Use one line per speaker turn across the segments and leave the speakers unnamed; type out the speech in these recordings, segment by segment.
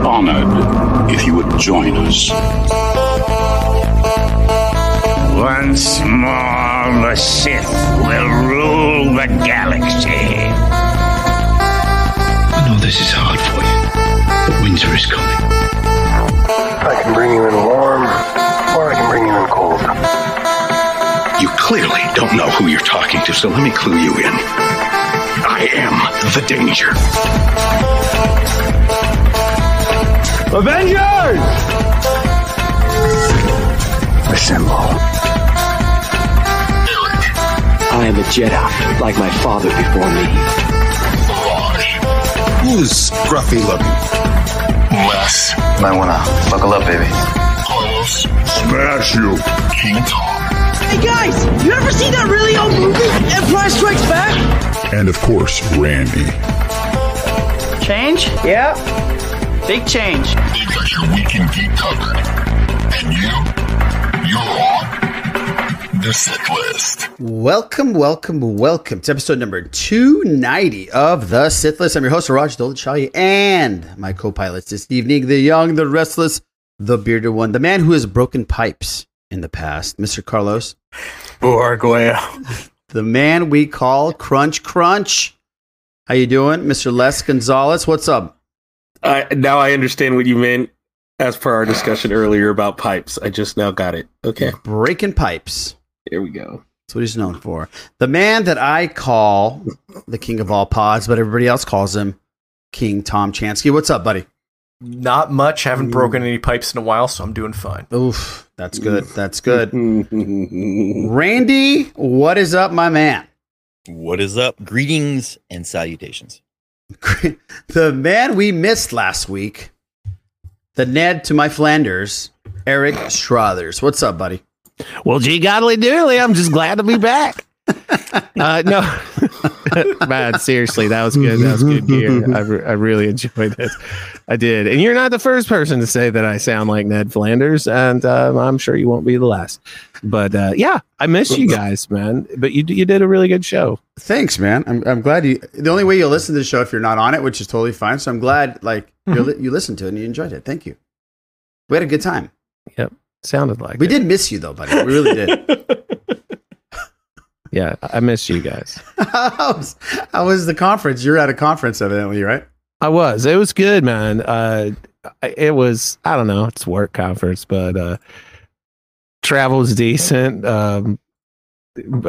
honored if you would join us.
Once more, the Sith will rule the galaxy.
I know this is hard for you, but winter is coming.
I can bring you in warm, or I can bring you in cold.
You clearly don't know who you're talking to, so let me clue you in. I am the danger.
Avengers!
Assemble.
I am a Jedi, like my father before me.
Who's scruffy looking?
Less. Might wanna buckle up, baby. Close.
Smash you.
King Tom.
Hey guys, you ever seen that really old movie, Empire Strikes Back?
And of course, Randy.
Change?
Yeah.
Big change.
They've got your weekend geek covered. And you, you're on the set list.
Welcome, welcome, welcome to episode number 290 of The Sith List. I'm your host, Raj Dolichali, and my co pilots this evening, the young, the restless, the bearded one, the man who has broken pipes in the past, Mr. Carlos.
Borgueo.
The man we call Crunch Crunch. How you doing, Mr. Les Gonzalez? What's up?
Uh, now I understand what you meant as per our discussion earlier about pipes. I just now got it. Okay.
Breaking pipes.
There we go.
That's what he's known for. The man that I call the king of all pods, but everybody else calls him King Tom Chansky. What's up, buddy?
Not much.
Mm.
Haven't broken any pipes in a while, so I'm doing fine.
Oof. Mm-hmm. That's good. That's good. Randy, what is up, my man?
What is up? Greetings and salutations.
the man we missed last week, the Ned to my Flanders, Eric Schrothers. What's up, buddy?
Well, gee, godly doodly, I'm just glad to be back. uh, no, man, seriously, that was good. That was good gear. I, re- I really enjoyed this. I did. And you're not the first person to say that I sound like Ned Flanders, and um, I'm sure you won't be the last. But uh, yeah, I miss you guys, man. But you you did a really good show.
Thanks, man. I'm, I'm glad you. The only way you'll listen to the show if you're not on it, which is totally fine. So I'm glad like you're
Mm-hmm.
li- you listened to it and you enjoyed it. Thank you. We had a good time.
Yep, sounded like
we
it.
did miss you though, buddy. We really did.
yeah, I miss you guys.
how, was, how was the conference? You're at a conference, evidently, right?
I was. It was good, man. Uh, it was. I don't know. It's work conference, but uh, travel was decent. Um,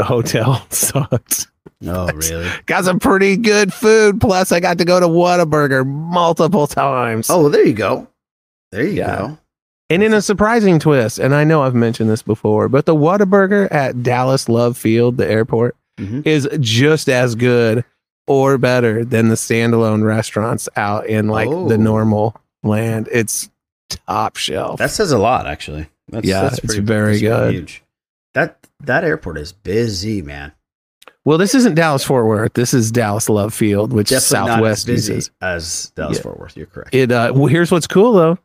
hotel sucked.
No, oh, really?
got some pretty good food. Plus, I got to go to Whataburger multiple times.
Oh, well, there you go. There you yeah. go.
And in a surprising twist, and I know I've mentioned this before, but the Whataburger at Dallas Love Field, the airport, mm-hmm. is just as good or better than the standalone restaurants out in like oh. the normal land. It's top shelf.
That says a lot, actually.
That's, Oh, yeah, that's pretty, it's very good. Huge.
That that airport is busy, man.
Well, this isn't Dallas Fort Worth. This is Dallas Love Field, which Definitely Southwest
as
uses
as Dallas yeah. Fort Worth. You're correct.
It uh, well, here's what's cool though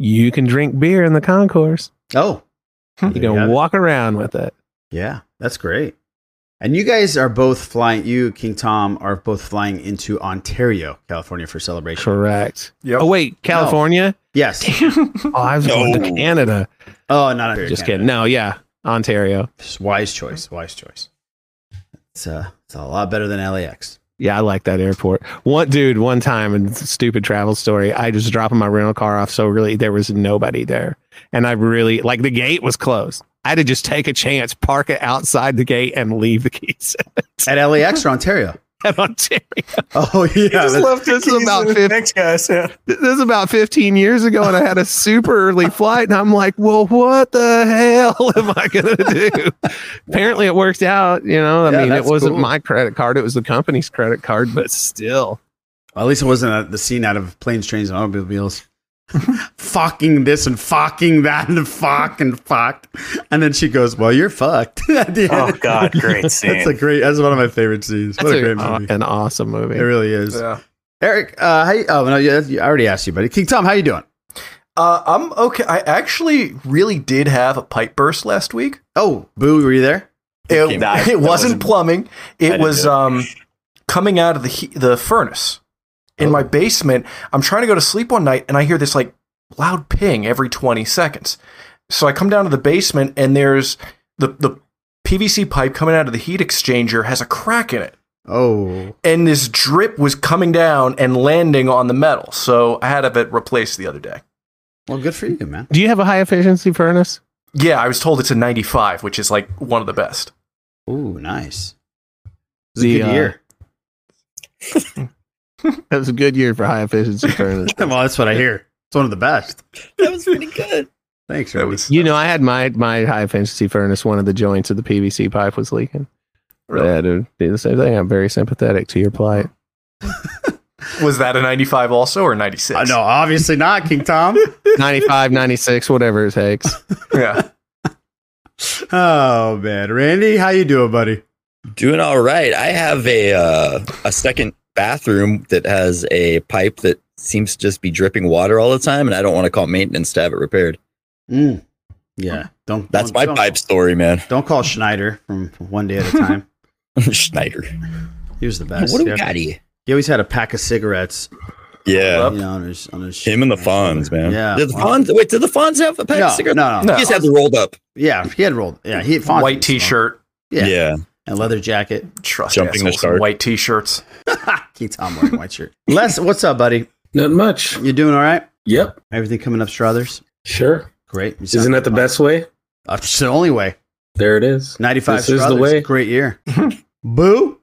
you can drink beer in the concourse.
Oh,
you can you walk it. around with it.
Yeah, that's great. And you guys are both flying. You, King Tom, are both flying into Ontario, California, for celebration.
Correct. Yep. Oh wait, California. No.
Yes.
oh, I was no. going to Canada.
Oh, not Ontario,
just Canada. kidding. No, yeah, Ontario.
Just wise choice. Wise choice. It's uh, it's a lot better than LAX.
Yeah, I like that airport. One dude, one time, and stupid travel story. I just dropping my rental car off, so really there was nobody there, and I really like the gate was closed. I had to just take a chance, park it outside the gate, and leave the keys
at LAX or Ontario.
At Ontario.
Oh yeah,
left this is about 15, thanks guys. Yeah. This is about 15 years ago, and I had a super early flight, and I'm like, well, what the hell am I gonna do? Apparently, it worked out. You know, I yeah, mean, it wasn't cool. my credit card; it was the company's credit card, but still.
Well, at least it wasn't the scene out of planes, trains, and automobiles. fucking this and fucking that and fuck and fuck. And then she goes, Well, you're fucked.
oh, God. Great scene.
that's a great, that's one of my favorite scenes. That's what a, a, great movie.
An awesome movie.
It really is. Yeah. Eric, uh, how you, oh, no, I already asked you, buddy. King Tom, how you doing?
Uh, I'm okay. I actually really did have a pipe burst last week.
Oh, boo, were you there?
It, it, it wasn't, wasn't plumbing. It was um, coming out of the he- the furnace.
in my basement. I'm trying to go to sleep one night and I hear this like loud ping every 20 seconds. So I come down to the basement and there's the the PVC pipe coming out of the heat exchanger has a crack in it.
Oh.
And this drip was coming down and landing on the metal. So I had of it replaced the other day.
Well, good for you, man.
Do you have a high efficiency furnace?
Yeah, I was told it's a 95, which is like one of the best.
Ooh, nice. It was the, a good year.
Uh, that was a good year for high efficiency furnace.
well, that's what I hear. It's one of the best.
That was pretty good.
Thanks, that was,
You know, I had my my high efficiency furnace. One of the joints of the PVC pipe was leaking. Really? Yeah, dude, did the same thing. I'm very sympathetic to your plight.
was that a 95 also or 96?
Uh, no, obviously not, King Tom.
95, 96, whatever it takes.
yeah.
Oh man, Randy, how you doing, buddy?
Doing all right. I have a uh, a second bathroom that has a pipe that seems to just be dripping water all the time, and I don't want to call maintenance to have it repaired.
Mm. Yeah, don't.
That's
don't,
my
don't,
pipe story, man.
Don't call Schneider from one day at a time.
Schneider,
he was the best.
What do we yeah. got here?
He always had a pack of cigarettes.
Yeah,
you know, on his, on his
him and the Fonz, man.
Yeah,
did the Fonz. Wait, did the Fonz have a pack
no,
of cigarettes?
No, no, no.
He just had the rolled up.
Yeah, he had rolled. Yeah, he had Fonz
white T-shirt.
Yeah.
yeah.
And leather jacket.
Trust Jumping the shark. White T-shirts.
Keep Tom wearing white shirt. Les, what's up, buddy?
Not much.
You doing all right?
Yep.
Everything coming up, Struthers.
Sure.
Great.
Isn't that the best way?
That's the only way.
There it is.
95
this Struthers. is the way.
Great year. Boo.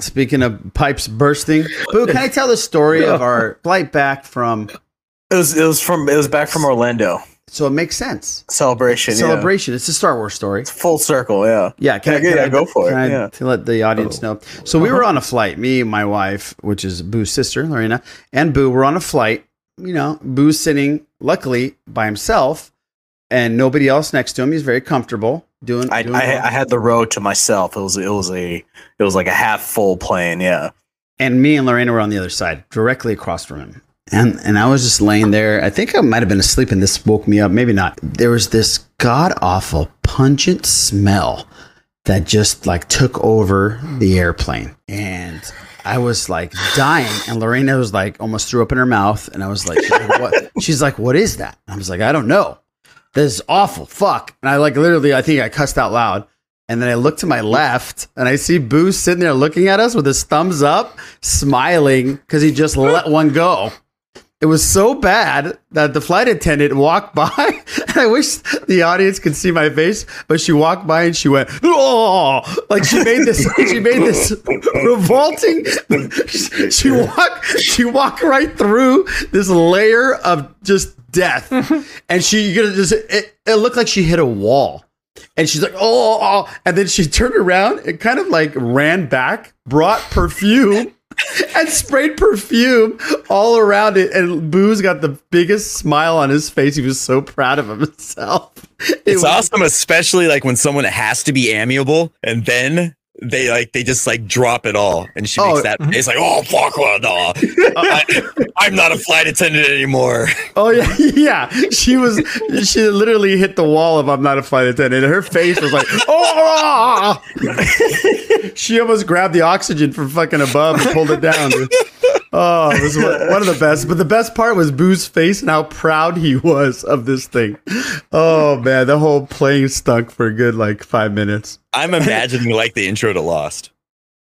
Speaking of pipes bursting, Boo, can I tell the story no. of our flight back from?
It was it was from it was back from Orlando.
So it makes sense.
Celebration.
Celebration. Yeah. It's a Star Wars story. It's
full circle. Yeah.
Yeah.
Can, can I, can yeah, I, go for it?
I,
yeah. Uh-huh.
To let the audience oh. know. So we were on a flight. Me and my wife, which is Boo's sister, Lorena, and Boo were on a flight. You know, Boo's sitting luckily by himself, and nobody else next to him. He's very comfortable doing.
I
doing
I, well. I had the row to myself. It was it was a it was like a half full plane. Yeah.
And me and Lorena were on the other side, directly across from him and and I was just laying there. I think I might have been asleep, and this woke me up. Maybe not. There was this god awful pungent smell that just like took over the airplane, and I was like dying. And Lorena was like almost threw up in her mouth, and I was like, "What?" She's like, "What is that?" I was like, "I don't know. This is awful. Fuck." And I like literally, I think I cussed out loud. And then I look to my left and I see Boo sitting there looking at us with his thumbs up, smiling because he just let one go. It was so bad that the flight attendant walked by, and I wish the audience could see my face. But she walked by and she went, "Oh!" Like she made this, she made this revolting. She walked, she walked right through this layer of just death, and she you could just it, it looked like she hit a wall. And she's like, oh, oh, oh, and then she turned around and kind of like ran back, brought perfume and sprayed perfume all around it. And Boo's got the biggest smile on his face. He was so proud of himself.
It it's was- awesome, especially like when someone has to be amiable and then they like they just like drop it all and she makes oh. that
mm-hmm.
it's like oh fuck well, no. uh, I, am not a flight attendant anymore
oh yeah yeah she was she literally hit the wall of i'm not a flight attendant her face was like oh she almost grabbed the oxygen from fucking above and pulled it down oh it was one, one of the best but the best part was boo's face and how proud he was of this thing oh man the whole plane stunk for a good like five minutes
I'm imagining like the intro to Lost.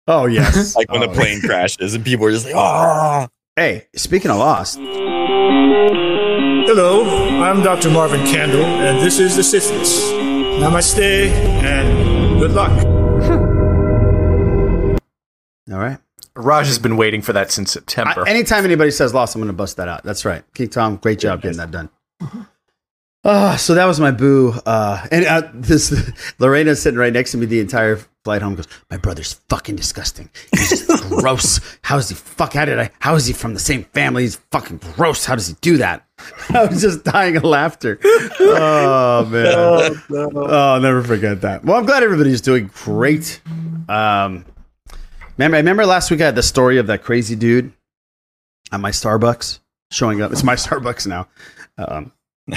Oh yes,
like when
oh.
the plane crashes and people are just like, "Ah!"
Hey, speaking of Lost.
Hello, I'm Dr. Marvin Candle, and this is the Syphilis. Namaste and good luck.
All right.
Raj has been waiting for that since September.
I, anytime anybody says Lost, I'm going to bust that out. That's right. King Tom, great job getting that done. Oh, so that was my boo. Uh, and uh, this Lorena's sitting right next to me the entire flight home. Goes, my brother's fucking disgusting. He's just gross. How is he fuck? How did I? How is he from the same family? He's fucking gross. How does he do that? I was just dying of laughter. Oh man. Oh, no. oh, I'll never forget that. Well, I'm glad everybody's doing great. Um, remember, I remember last week I had the story of that crazy dude at my Starbucks showing up. It's my Starbucks now. Um,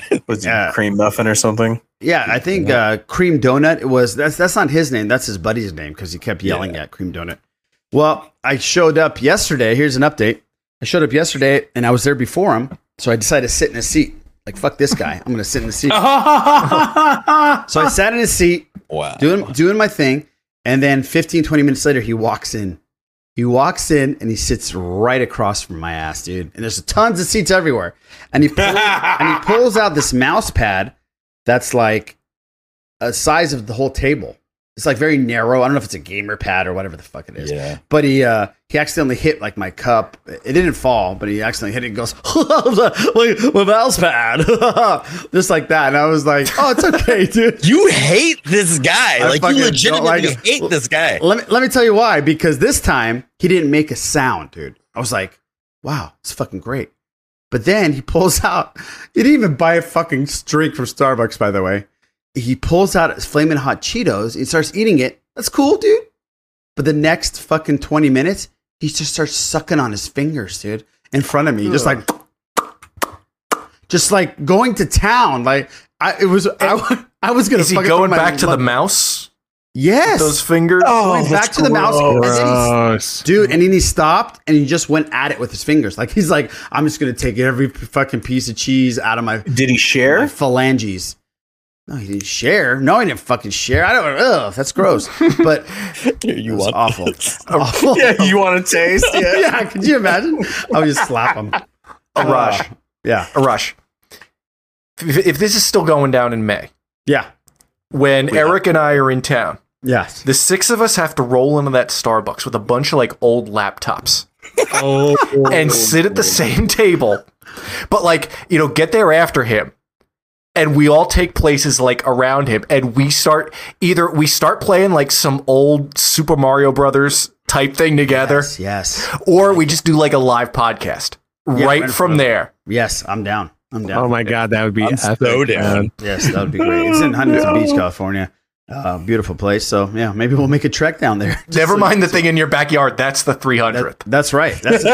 was it uh, cream muffin or something?
Yeah, I think uh, cream donut was that's that's not his name. That's his buddy's name because he kept yelling yeah. at cream donut. Well, I showed up yesterday. Here's an update. I showed up yesterday and I was there before him, so I decided to sit in a seat. Like fuck this guy, I'm gonna sit in the seat. so I sat in his seat,
wow.
doing doing my thing, and then 15, 20 minutes later, he walks in. He walks in and he sits right across from my ass, dude. And there's tons of seats everywhere. And he pulls, and he pulls out this mouse pad that's like a size of the whole table. It's like very narrow. I don't know if it's a gamer pad or whatever the fuck it is.
Yeah.
But he uh, he accidentally hit like my cup. It didn't fall, but he accidentally hit it and goes, like my mouse pad. Just like that. And I was like, oh, it's okay, dude.
You hate this guy.
I
like
fucking
you
don't
legitimately
like him.
hate this guy.
Let me let me tell you why. Because this time he didn't make a sound, dude. I was like, wow, it's fucking great. But then he pulls out. He didn't even buy a fucking drink from Starbucks, by the way. He pulls out his flaming hot Cheetos and starts eating it. That's cool, dude. But the next fucking twenty minutes, he just starts sucking on his fingers, dude, in front of me, just like, just like going to town. Like I, it was. I, I was gonna.
Is he
fucking put
going
my
back to the
lung-
mouse?
Yes.
Those fingers.
Oh, Going back to the mouse. And then
Gross.
he, dude, and then he stopped and he just went at it with his fingers. Like he's like, I'm just gonna take every fucking piece of cheese out of my
Did he share?
my phalanges. No, he didn't share. No, he didn't fucking share. I don't. Ugh, that's gross. But
you
it was
want
awful. awful.
yeah, you want to taste? Yeah.
yeah. Could you imagine? I would just slap him. Uh,
A Uh, rush.
Yeah.
A rush. If, if this is still going down in May,
Yeah.
when Eric and I are in town,
Yes.
the six of us have to roll into that Starbucks with a bunch of like old laptops
Oh,
and sit at the same table, but like, you know, get there after him. And we all take places like around him, and we start either we start playing like some old Super Mario Brothers type thing together,
Yes. Yes.
or we just do like a live podcast right
right
from
from-
there.
Yes. I'm down. I'm down.
Oh my god, that would be
I'm
epic,
so down.
man.
Yes, that would be great. It's in
Oh,
Huntington Beach, California. Uh, beautiful place. So yeah, maybe we'll make a trek down there. Just
Never
so-
mind the thing in your backyard. That's the 300th.
That's right. That's the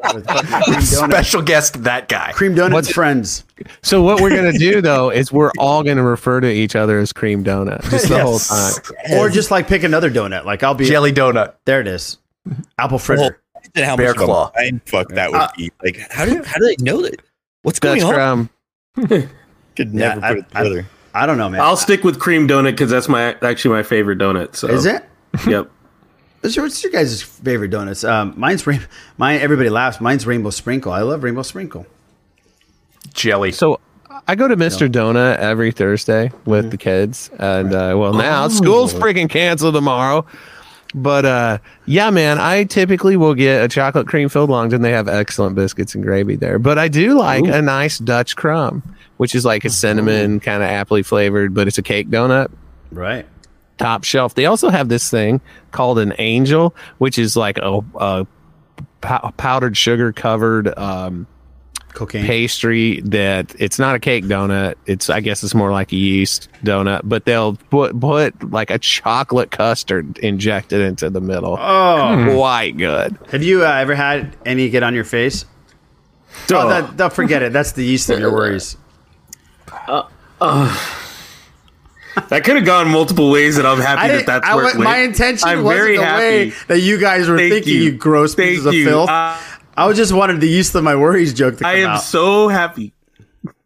cream donut.
Special guest, that guy.
Cream donut
What's-
friends.
So what we're gonna do though is we're all gonna refer to each other as cream donut just the whole time.
Yes.
Or just like pick another donut. Like I'll be
Jelly donut.
there. It is apple fritter.
Well, imagine how
Bear
much of a
claw.
mind fuck that would be. Like, Uh, how do how do they know that? What's going
That's
on?
from
Could
Yeah,
never
I-
put it together.
I don't know, man.
I'll stick with cream donut because that's my actually my favorite donut. So
is it?
Yep.
What's your, what's your guys' favorite donuts? Um, mine's rain. Mine. Everybody laughs. Mine's rainbow sprinkle. I love rainbow sprinkle.
Jelly.
So I go to Mr. Donut every Thursday with the kids, and uh, well, now school's freaking canceled tomorrow. But uh, yeah, man, I typically will get a chocolate cream filled Longdon. They have excellent biscuits and gravy there, but I do like a nice Dutch crumb, which is like a cinnamon kind of apple flavored, but it's a cake donut
Right.
top shelf. They also have this thing called an angel, which is like a, a pow- powdered sugar covered. Um,
Cocaine.
pastry that it's not a cake donut. It's I guess it's more like a yeast donut, but they'll put put like a chocolate custard injected into the middle.
Oh,
Quite good.
have you uh, ever had any get on your face? Oh, that, that, forget it. That's the yeast of your worries.
That could have gone multiple ways, and I'm happy that
didn't-
that's
I
where it
wa-
went.
My intention
I'm
wasn't
very
the
happy.
way that you guys were
Thank
thinking, you,
you.
gross
Thank
pieces of
you.
filth.
I-
I was just wanted the yeast of my worries joke to come
I am
out.
so happy.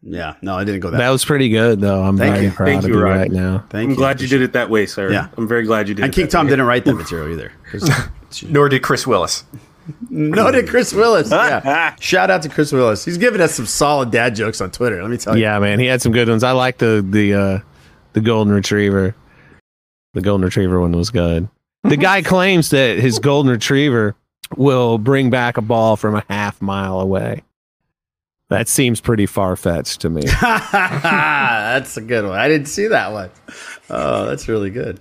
yeah, no, I didn't go that.
That was pretty good though. I'm
Thank
very
you.
proud
Thank
of
you,
you
Ryan.
right now.
Thank
I'm
you.
glad you did it that way, sir.
Yeah.
I'm very glad you did.
And
it
King
that
Tom
way.
didn't write that material either. 'Cause-
Nor did Chris Willis.
no to Chris Willis. Yeah. Shout out to Chris Willis. He's giving us some solid dad jokes on Twitter. Let me tell you.
Yeah, man, he had some good ones. I like the the uh, the golden retriever. The golden retriever one was good. The guy claims that his golden retriever will bring back a ball from a half mile away. That seems pretty far fetched to me.
that's a good one. I didn't see that one. Oh, that's really good.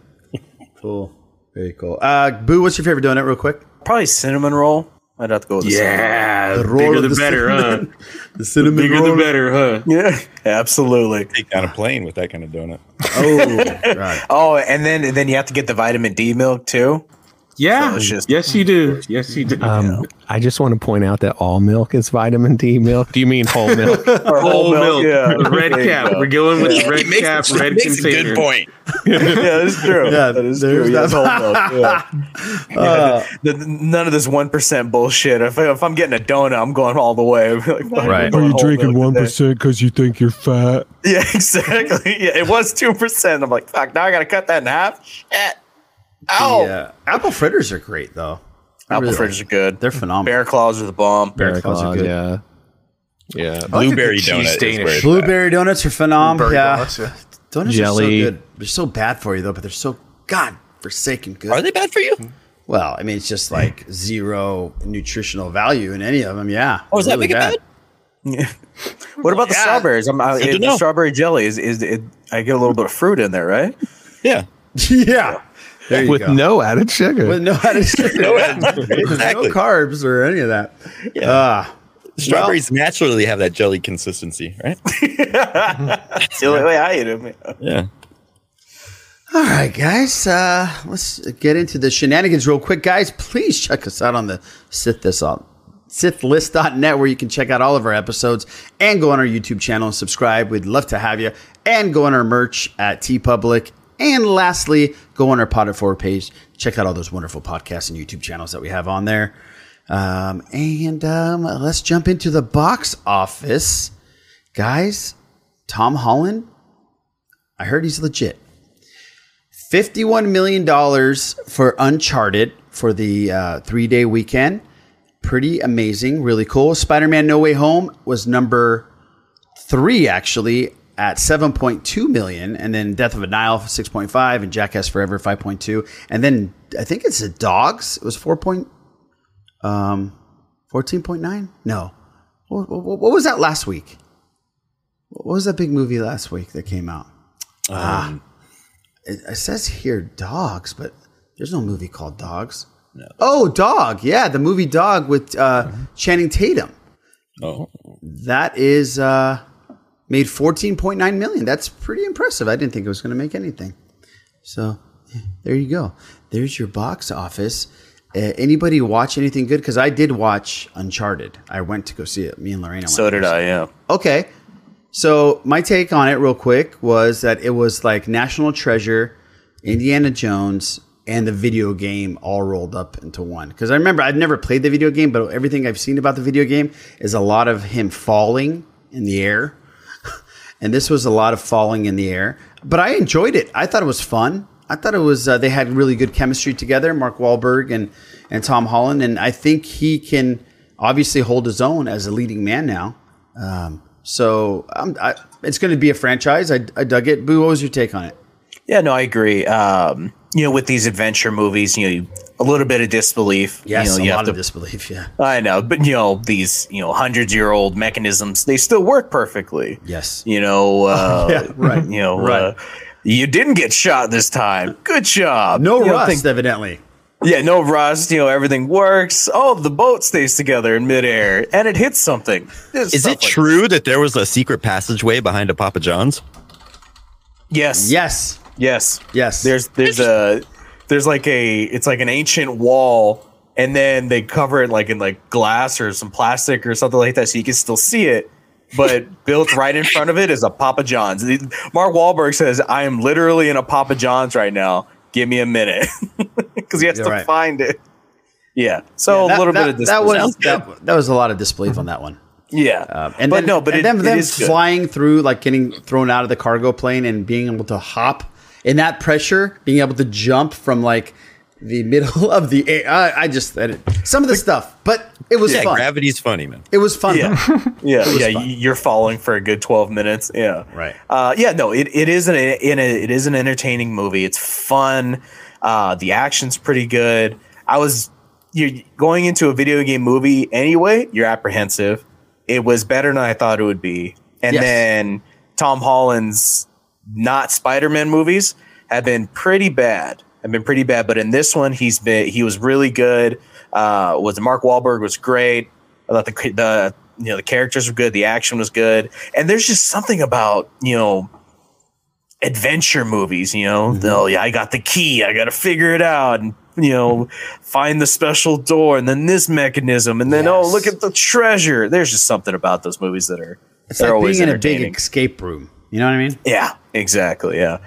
Cool. Very cool. Uh, Boo, what's your favorite donut, real quick?
Probably cinnamon roll. I'd have to go with the
Yeah, the
roll
bigger
of
the,
the
better, huh?
cinnamon. The cinnamon
Bigger
roll.
the better, huh?
cinnamon. Yeah, absolutely.
Take down a plane with that kind of donut.
Oh, God.
Oh, and then and then you have to get the vitamin D milk too.
Yeah. So just, yes, you do. Yes, you do. Um, yeah.
I just want to point out that all milk is vitamin D milk. Do you mean whole milk?
whole, whole, milk. milk. Oh, Yeah. red cap. We're going with yeah. the red makes, cap. red makes container.
a good point.
yeah, that is true. Yeah, that is true. That's whole milk. Yeah. Uh, the, the, none of this one percent bullshit. If, if, I'm getting a donut, I'm going all the way.
like, right. Are you drinking one percent because you think you're fat?
Yeah, exactly. Yeah, it was two percent. I'm like, fuck. Now I got to cut that in half. Shit.
Oh, yeah. apple fritters are great though.
I apple really fritters like are good.
They're phenomenal.
Bear claws are the bomb.
Bear, Bear claws, claws, are good. Oh, Yeah.
Yeah, like blueberry donuts.
Danish. Blueberry donuts are phenomenal. Yeah. Donuts, yeah. donuts Jelly. are so good. They're so bad for you though, but they're so god forsaken good.
Are they bad for you?
Well, I mean, it's just like zero nutritional value in any of them. Yeah.
Oh, does really that make bad. it bad?
Yeah. What about yeah. the strawberries? I'm, I, Uh, it, the strawberry jelly is is it, I get a little bit of fruit in there, right?
yeah.
yeah
with go. no added sugar.
With no added sugar.
Oh,
no, exactly. no carbs or any of that. Ah.
Yeah. Uh, Strawberries well, naturally have that jelly consistency, right?
That's the only way I eat them.
Yeah.
All right, guys. Uh, let's get into the shenanigans real quick, guys. Please check us out on the Sit This Up sithlist.net where you can check out all of our episodes and go on our YouTube channel and subscribe. We'd love to have you. And go on our merch at T Public and lastly, go on our Pod It Forward page. Check out all those wonderful podcasts and YouTube channels that we have on there. Um, and um, let's jump into the box office. Guys, Tom Holland, I heard he's legit. $51 million for Uncharted for the uh, three day weekend. Pretty amazing, really cool. Spider Man No Way Home was number three, actually, at 7.2 million and then Death of a Nile 6.5 and Jackass Forever 5.2 and then I think it's the Dogs it was 4. Point, um 14.9 no what, what, what, was that last week what was that big movie last week that came out um, ah, it, it, says here Dogs but there's no movie called Dogs no. oh Dog yeah the movie Dog with uh, mm-hmm. Channing Tatum
oh
that is uh made 14.9 million. That's pretty impressive. I didn't think it was going to make anything. So yeah, there you go. There's your box office. Uh, anybody watch anything good? Because I did watch Uncharted. I went to go see it. Me and Lorena.
So did I. Yeah.
Okay. So my take on it, real quick, was that it was like National Treasure, Indiana Jones, and the video game all rolled up into one. Because I remember I've never played the video game, but everything I've seen about the video game is a lot of him falling in the air and this was a lot of falling in the air. But I enjoyed it. I thought it was fun. I thought it was uh, they had really good chemistry together, Mark Wahlberg and and Tom Holland, and I think he can obviously hold his own as a leading man now. Um, so um, I, it's going to be a franchise. I, I, dug it. Boo, what was your take on it?
Yeah, no, I agree. Um, you know, with these adventure movies, you know, you, a little bit of disbelief.
Yes,
you know,
a
you
lot to, of disbelief. Yeah,
I know, but you know these you know hundreds year old mechanisms they still work perfectly.
Yes,
you know, uh,
yeah, right.
You know, right. Uh, you didn't get shot this time. Good job.
No
you
rust, think, evidently.
Yeah, no rust. You know, everything works. Oh, the boat stays together in midair, and it hits something.
There's Is it like true this. that there was a secret passageway behind a Papa John's?
Yes.
Yes.
Yes.
Yes.
There's there's a there's like a it's like an ancient wall and then they cover it like in like glass or some plastic or something like that so you can still see it but built right in front of it is a Papa John's. Mark Wahlberg says, "I am literally in a Papa John's right now. Give me a minute, because he has You're to right. find it." Yeah, so yeah, that, a little
that,
bit of
that was that, that was a lot of disbelief on that one.
Yeah,
um, and but then, no, but and it, them, it them flying good. through, like getting thrown out of the cargo plane and being able to hop in that pressure, being able to jump from like the middle of the air. I, I just I some of the stuff, but it was
yeah,
fun.
Gravity's funny, man.
It was fun.
Yeah, yeah, yeah fun. You're falling for a good twelve minutes. Yeah,
right.
Uh, yeah, no, it, it is an in it is an entertaining movie. It's fun. Uh, the action's pretty good. I was you're going into a video game movie anyway. You're apprehensive. It was better than I thought it would be, and yes. then Tom Holland's not Spider-Man movies have been pretty bad. Have been pretty bad, but in this one, he's been he was really good. Uh, was Mark Wahlberg was great. I thought the the you know the characters were good, the action was good, and there's just something about you know adventure movies. You know, mm-hmm. the, oh yeah, I got the key, I got to figure it out, and
you know, find the special door and then this mechanism and then oh look at the treasure. There's just something about those movies that are
It's
they're
like
always
being in a
entertaining.
big escape room. You know what I mean?
Yeah, exactly. Yeah.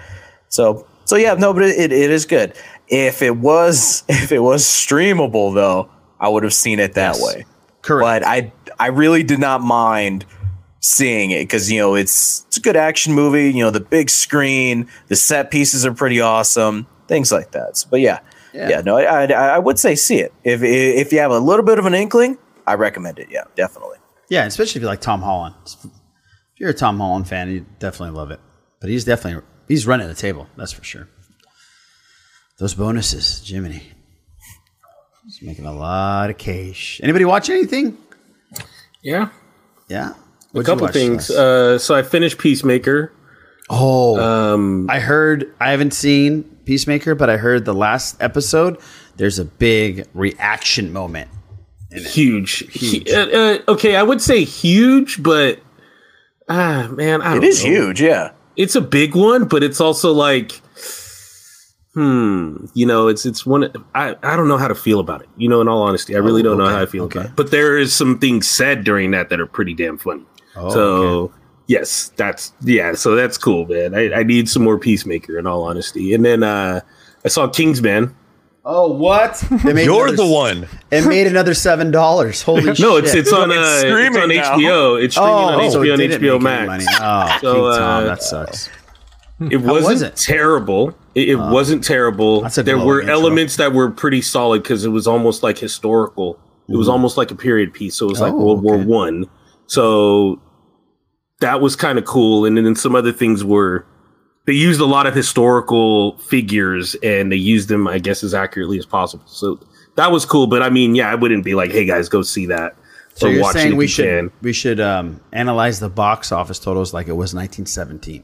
So so yeah, no, but it, it, it is good. If it was if it was streamable though, I would have seen it that way. Correct. But I I really did not mind seeing it because you know it's it's a good action movie. You know the big screen, the set pieces are pretty awesome, things like that. So, but yeah, yeah, no, I, I I would say see it if if you have a little bit of an inkling, I recommend it. Yeah, definitely.
Yeah, especially if you like Tom Holland. If you're a Tom Holland fan, you definitely love it. But he's definitely he's running the table, that's for sure. Those bonuses, Jiminy. He's making a lot of cash. Anybody watch anything?
Yeah.
Yeah.
A
What'd you
couple
watch
things.
last-
Uh, so I finished Peacemaker.
Oh,
um,
I heard. I haven't seen Peacemaker, but I heard the last episode. There's a big reaction moment.
Huge. He- uh, uh, okay, I would say huge, but ah, man, I
It
don't
is
know.
huge. Yeah.
It's a big one, but it's also like, hmm, you know, it's it's one. I I don't know how to feel about it. You know, in all honesty, I really don't know how I feel about it. But there is some things said during that that are pretty damn funny.
Oh,
so yes, that's yeah. So that's cool, man. I, I need some more Peacemaker, in all honesty. And then uh I saw Kingsman.
Oh, what? They made
You're
another-
the one.
It made another seven dollars. Holy shit!
no, it's it's on uh, it's on HBO. It's streaming on
so Oh, it
HBO and
didn't
HBO
make any
Max.
money. Oh,
So,
King Tom,
uh,
that sucks.
It
How was
wasn't
it? Uh,
terrible. It, it wasn't terrible.
that's a
There
glowing
were
intro.
elements that were pretty solid because it was almost like historical. It was
Mhm.
almost like a period piece. So it was like
Oh,
World War One. So that was kind of cool. And then some other things were they used a lot of historical figures and they used them, I guess, as accurately as possible. So that was cool. But I mean, yeah, I wouldn't be like, hey guys, go see that.
So
or
you're
watch it
saying
if
we
you
should
can.
we should um, analyze the box office totals like it was 1917.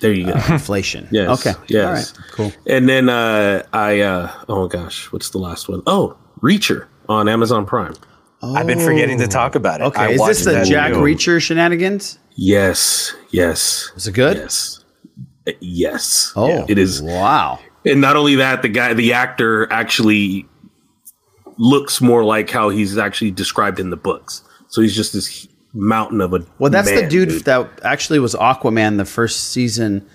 There you go.
inflation.
Yes.
Okay.
Yes.
All right. Cool.
And then uh, I, uh, oh my gosh, what's the last one? Oh, Reacher on Amazon Prime.
I've been forgetting to talk about it.
Okay.
I
is this
watched
the
that
Jack
too.
Reacher shenanigans?
Yes, yes.
Is it good?
Yes, Uh, yes.
Oh,
it is.
Wow.
And not only that, the guy, the actor, actually looks more like how he's actually described in the books. So he's just this mountain of a.
Well, that's the
man,
dude, that actually was Aquaman the first season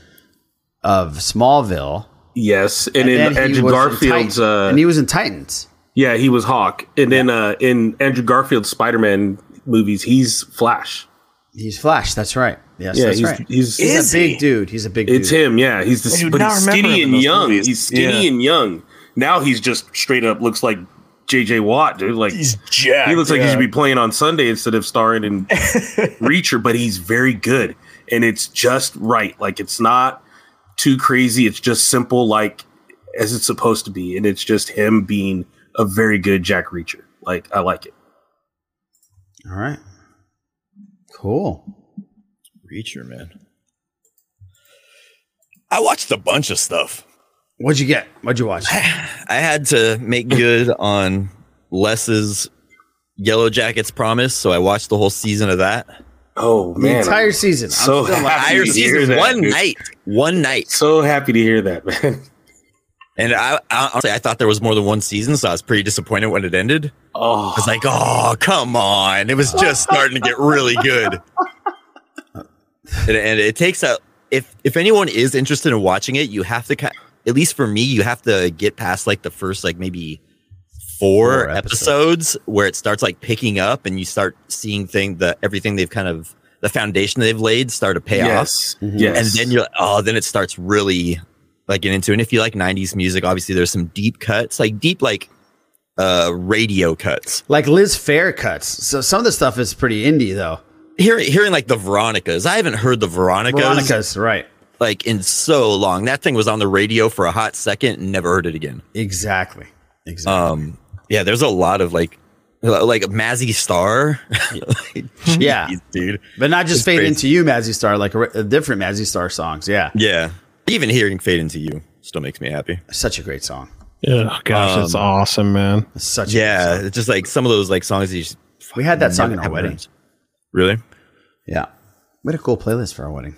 of Smallville,
Yes, and, in
he
Andrew
was in
Garfield's,
Titan-
uh,
and he was in Titans.
yeah, he was Hawk, and then uh, in Andrew Garfield's Spider-Man movies, he's Flash.
He's Flash. That's right. Yes,
Yeah,
that's
he's-
right.
he's-
he's
Is
a big dude. He's a big.
It's
dude.
him, yeah. He's
I
this,
do
but
not
he's
remember
skinny
him in
and
those
young.
movies.
He's skinny
Yeah.
and young. Now he's just straight up looks like JJ Watt, dude. Like he's
jacked,
He looks like he
yeah.
should be playing on Sunday instead of starring in Reacher, but he's very good and it's just right. Like it's not too crazy. It's just simple, like as it's supposed to be, and it's just him being a very good Jack Reacher. Like I like it.
All right. Cool.
Reacher, man. I watched a bunch of stuff.
What'd you get? What'd you watch?
I had to make good on Les's Yellow Jackets promise, so I watched the whole season of that.
Oh
The entire season. I'm
so
still like-
happy
entire
to
season,
hear that,
one
dude.
night, one night.
So happy to hear that, man.
And I, I honestly, I thought there was more than one season, so I was pretty disappointed when it ended.
Oh,
I was like, oh, come on! It was just starting to get really good. And, and it takes a if if anyone is interested in watching it, you have to ki- at least for me, you have to get past like the first like maybe four,
Four
episodes. where it starts like picking up and you start seeing thing the everything they've kind of the foundation they've laid start to pay
Yes.
off.
Mm-hmm.
Mhm. Yes.
And then you're like, oh, then it starts really like getting into. it. And if you like '90s music, obviously there's some deep cuts, like deep like uh radio cuts.
Like Liz Fair cuts. So some of the stuff is pretty indie though.
Hearing hearing like the Veronicas, I haven't heard the Veronicas.
Veronicas, right?
Like in so long, that thing was on the radio for a hot second and never heard it again.
Exactly.
Exactly. Um, yeah, there's a lot of like, like Mazzy Star.
Yeah.
dude.
But not just
It's
fade
crazy.
into you, Mazzy Star, like a, re- a different Mazzy Star songs. Yeah.
Yeah, even hearing "Fade Into You" still makes me happy.
Such a great song.
Oh gosh, that's
Um,
awesome, man.
Such
yeah, it's just like some of those like songs that you. Just
We had that song in our
Never
wedding.
heard. Really?
Yeah. We had a cool playlist for our wedding.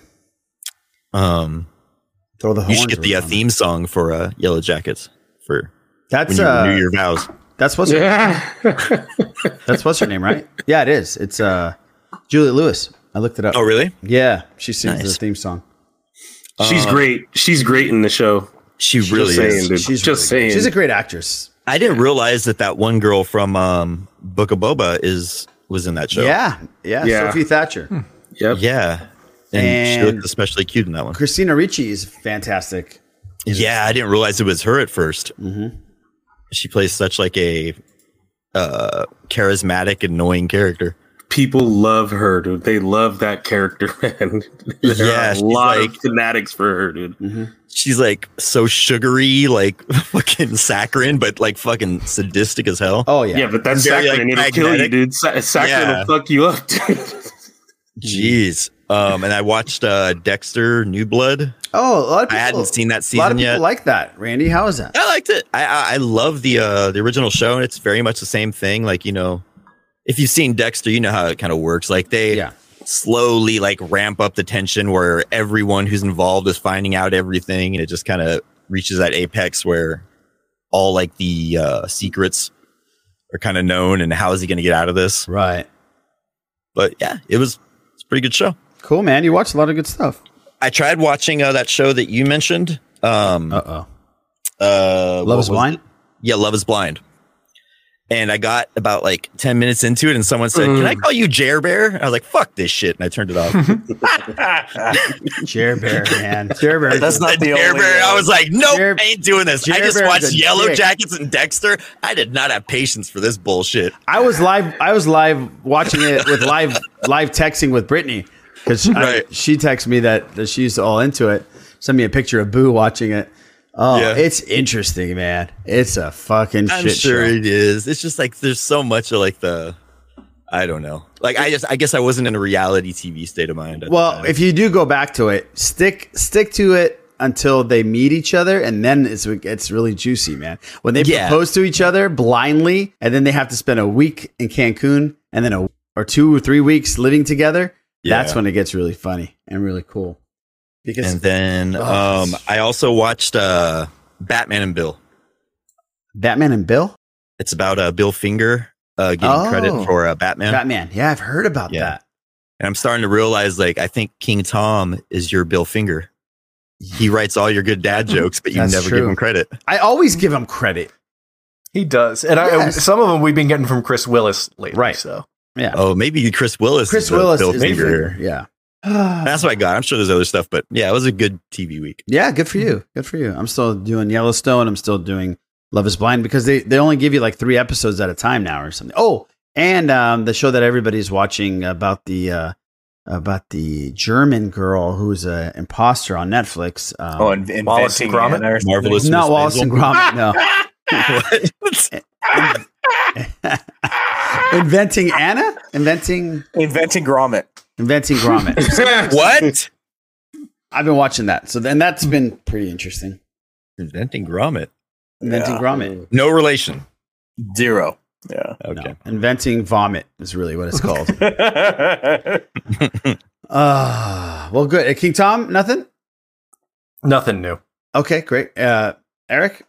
Um,
Throw the
you
horns
should get the uh,
around.
theme song for uh, Yellow Jackets for
That's
when you
uh,
renew your vows.
That's what's
yeah.
her, that's what's her name, right? Yeah, it is. It's uh, Juliet Lewis. I looked it up.
Oh, really?
Yeah, she sings the theme song.
She's
Uh,
great. She's great in the show.
She
Just
really
saying,
is.
dude.
She's
just
really
saying.
good. She's a great actress.
I didn't realize that that one girl from um, Book of Boba is was in that show.
Yeah, yeah, Sophie Thatcher.
Hmm.
Yep.
Yeah. And, she
And-
looked especially cute in that one.
Christina Ricci is fantastic.
Yeah, I didn't realize it was her at 1st
Mm-hmm.
She plays such like a uh, charismatic, annoying character.
People love her, dude. They love that character, man. there
Yeah,
are
she's
a lot of
like-
fanatics for her, dude.
She's like so sugary, like fucking saccharine, but like fucking sadistic as hell.
Oh
Yeah, but that's saccharin. it'll kill you, dude. Sa- saccharin
Yeah.
will fuck you up, dude.
Jeez. Um, and I watched uh, Dexter New Blood.
Oh, a lot of people.
I hadn't seen
a
that
lot of
season
people
yet.
like that. Randy, how is that?
I liked it. I, I I love the uh the original show, and it's very much the same thing. Like you know, if you've seen Dexter, you know how it kind of works. Like they slowly like ramp up the tension where everyone who's involved is finding out everything, and it just kind of reaches that apex where all like the uh, secrets are kind of known, and how is he going to get out of this?
Right.
But yeah, it was it's a pretty good show.
Cool, man. You watch a lot of good stuff.
I tried watching uh, that show that you mentioned. Um,
Uh-oh.
Uh
Love
what
is
was
Blind?
it? Yeah, Love is Blind. And I got about like 10 minutes into it and someone said, Can I
Mm.
call you Jer Bear? And I was like, Fuck this shit. And I turned it off.
Jer Bear, man. Jer Bear.
That's not the
Jer
only
Bear. I
one.
was like, Nope, I ain't doing this.
um, Jer
I just
Bear's
watched
a
Yellow
dick.
Jackets and Dexter. I did not have patience for this bullshit.
I was live. I was live watching it with live live texting with Brittany because she texted me that, that she's all into it. Sent me a picture of Boo watching it. Oh,
Yeah.
it's interesting, man. It's a fucking
I'm
shit
sure
show.
it is. It's just like there's so much of like the I don't know. Like I just I guess I wasn't in a reality TV state of mind. at the
Well,
time.
if you do go back to it, stick stick to it until they meet each other, and then it's it's really juicy, man. When they
Yeah.
propose to each other blindly, and then they have to spend a week in Cancun, and then a or two or three weeks living together. That's
Yeah.
when it gets really funny and really cool. Because
and then um I also watched uh Batman and Bill.
Batman and Bill,
It's about uh, Bill Finger uh, getting
Oh.
credit for uh, Batman.
Batman. Yeah, I've heard about
Yeah.
that.
And I'm starting to realize, like, I think King Tom is your Bill Finger. He writes all your good dad jokes, but you
Hmm. That's
never give
true.
him credit.
I always give him credit.
He does, and I,
Yes.
some of them we've been getting from Chris Willis lately.
Right.
So
Yeah.
Oh, maybe Chris Willis.
Chris
is a
Willis
Bill
is
Finger.
Yeah.
That's what I got. I'm sure there's other stuff, but yeah, it was a good TV week.
Yeah, good for you. Good for you. I'm still doing Yellowstone. I'm still doing Love is Blind because they, they only give you like three episodes at a time now or something. Oh, and um, the show that everybody's watching about the uh, about the German girl who's an imposter on Netflix. Um,
Oh, and
Wallace and
inventing
Gromit?
and everything.
Marvelous. Miss
not Wallace and
Maisel.
Gromit. No, inventing Anna, inventing
Inventing Gromit.
inventing Gromit.
what?
I've been watching that, so then that's been pretty interesting.
Inventing Gromit.
Inventing
Yeah.
Gromit.
No relation.
Zero. Yeah.
Okay.
Inventing vomit is really what it's called. Ah, well, good. Uh, King Tom, nothing.
nothing new.
Okay, great. Uh, Eric,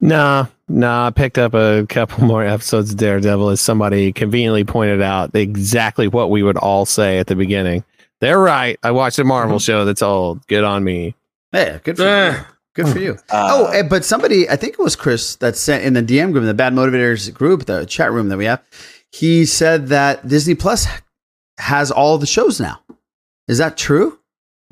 Nah, nah. I picked up a couple more episodes of Daredevil as somebody conveniently pointed out exactly what we would all say at the beginning. They're right. I watched a Marvel show that's old. Good on me.
yeah, good for you.
Eh.
Good for you.
Uh,
oh, eh, but somebody, I think it was Chris that sent in the DM group, the Bad Motivators group, the chat room that we have. He said that Disney Plus has all the shows now. Is that true?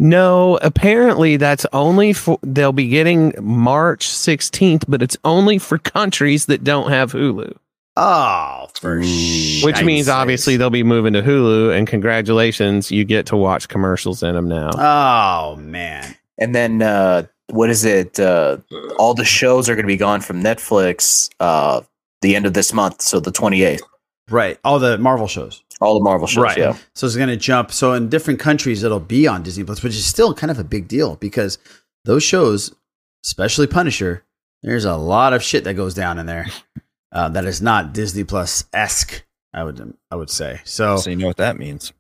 No, apparently that's only for they'll be getting March 16th, but it's only for countries that don't have Hulu.
Oh, for sure.
Which means obviously they'll be moving to Hulu and congratulations, you get to watch commercials in them now.
Oh man.
And then uh, what is it? Uh, all the shows are going to be gone from Netflix uh, the end of this month, so the 28th.
Right. All the Marvel shows.
All the Marvel shows. Yeah.
So it's going to jump. So in different countries, it'll be on Disney Plus, which is still kind of a big deal because those shows, especially Punisher, there's a lot of shit that goes down in there uh, that is not Disney Plus esque. I would I would say. So
So you know what that means.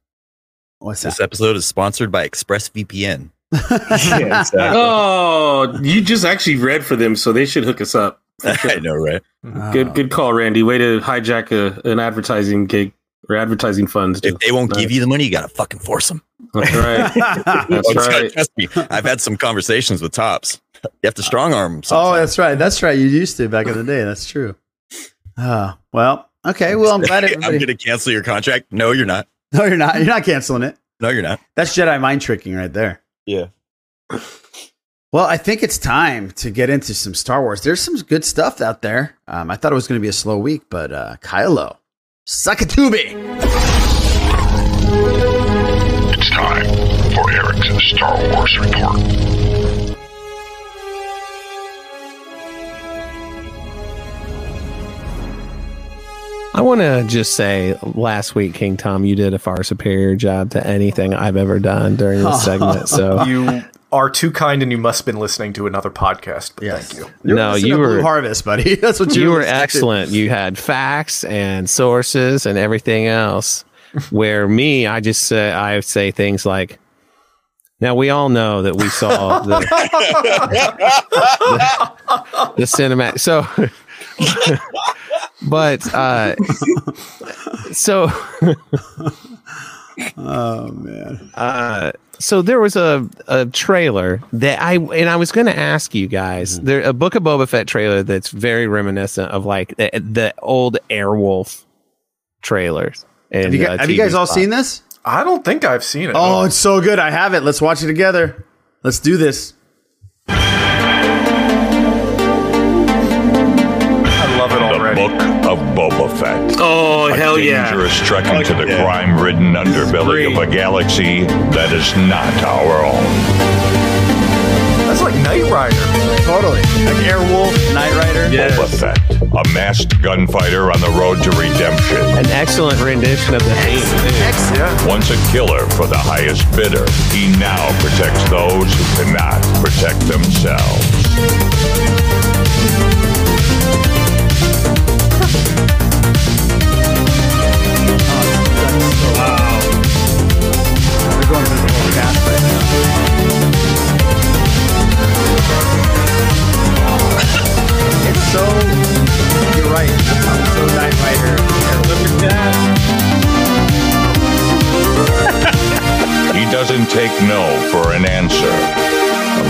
what's that?
This episode is sponsored by ExpressVPN.
Oh, you just actually read for them, so they should hook us up.
I know, right?
Oh.
Good, good call, Randy. Way to hijack a, an advertising gig or advertising funds.
If they won't give you the money, you got to fucking force them.
That's
Oh.
right. That's
Well, it's gotta-
right.
Trust me, I've had some conversations with tops. You have to strong arm. 'em
Oh, that's right. That's right. You used to back in the day. That's true. Ah, well, okay. Well, I'm glad
I'm
everybody.
going to cancel your contract. No, you're not.
No, you're not. You're not canceling it.
No, you're not.
That's Jedi mind tricking right there.
Yeah.
Well, I think it's time to get into some Star Wars. There's some good stuff out there. Um, I thought it was going to be a slow week, but uh, Kylo, Sakatubi.
It's time for Eric's Star Wars report.
I want to just say, last week, King Tom, you did a far superior job to anything I've ever done during this segment. So
you are too kind, and you must have been listening to another podcast. But thank you.
no, you were
Harvest, buddy. That's what
you
you're
were
listening to.
excellent. You had facts and sources and everything else. Where me, I just say I say things like, "Now we all know that we saw the, the cinematic." So, but uh, so
Oh man.
uh, so there was a, a trailer that I and I was going to ask you guys
Mm-hmm.
there a Book of Boba Fett trailer that's very reminiscent of like the, the old Airwolf trailers. And,
Have you,
uh,
guys, have you guys
TV
all
spots.
seen this?
I don't think I've seen it.
Oh, it's so good. I have it. Let's watch it together. Let's do this.
I love it already.
Book of Boba Fett.
Oh,
a
hell yeah.
dangerous trek into the crime-ridden underbelly of a galaxy that is not our own.
That's like Knight Rider.
Totally. Like Airwolf, Knight Rider.
Boba Fett, a masked gunfighter on the road to redemption.
An excellent rendition of the theme.
Once a killer for the highest bidder, he now protects those who cannot protect themselves.
We're going through the whole cast right now. It's so. You're right. I'm so Knight Rider.
He doesn't take no for an answer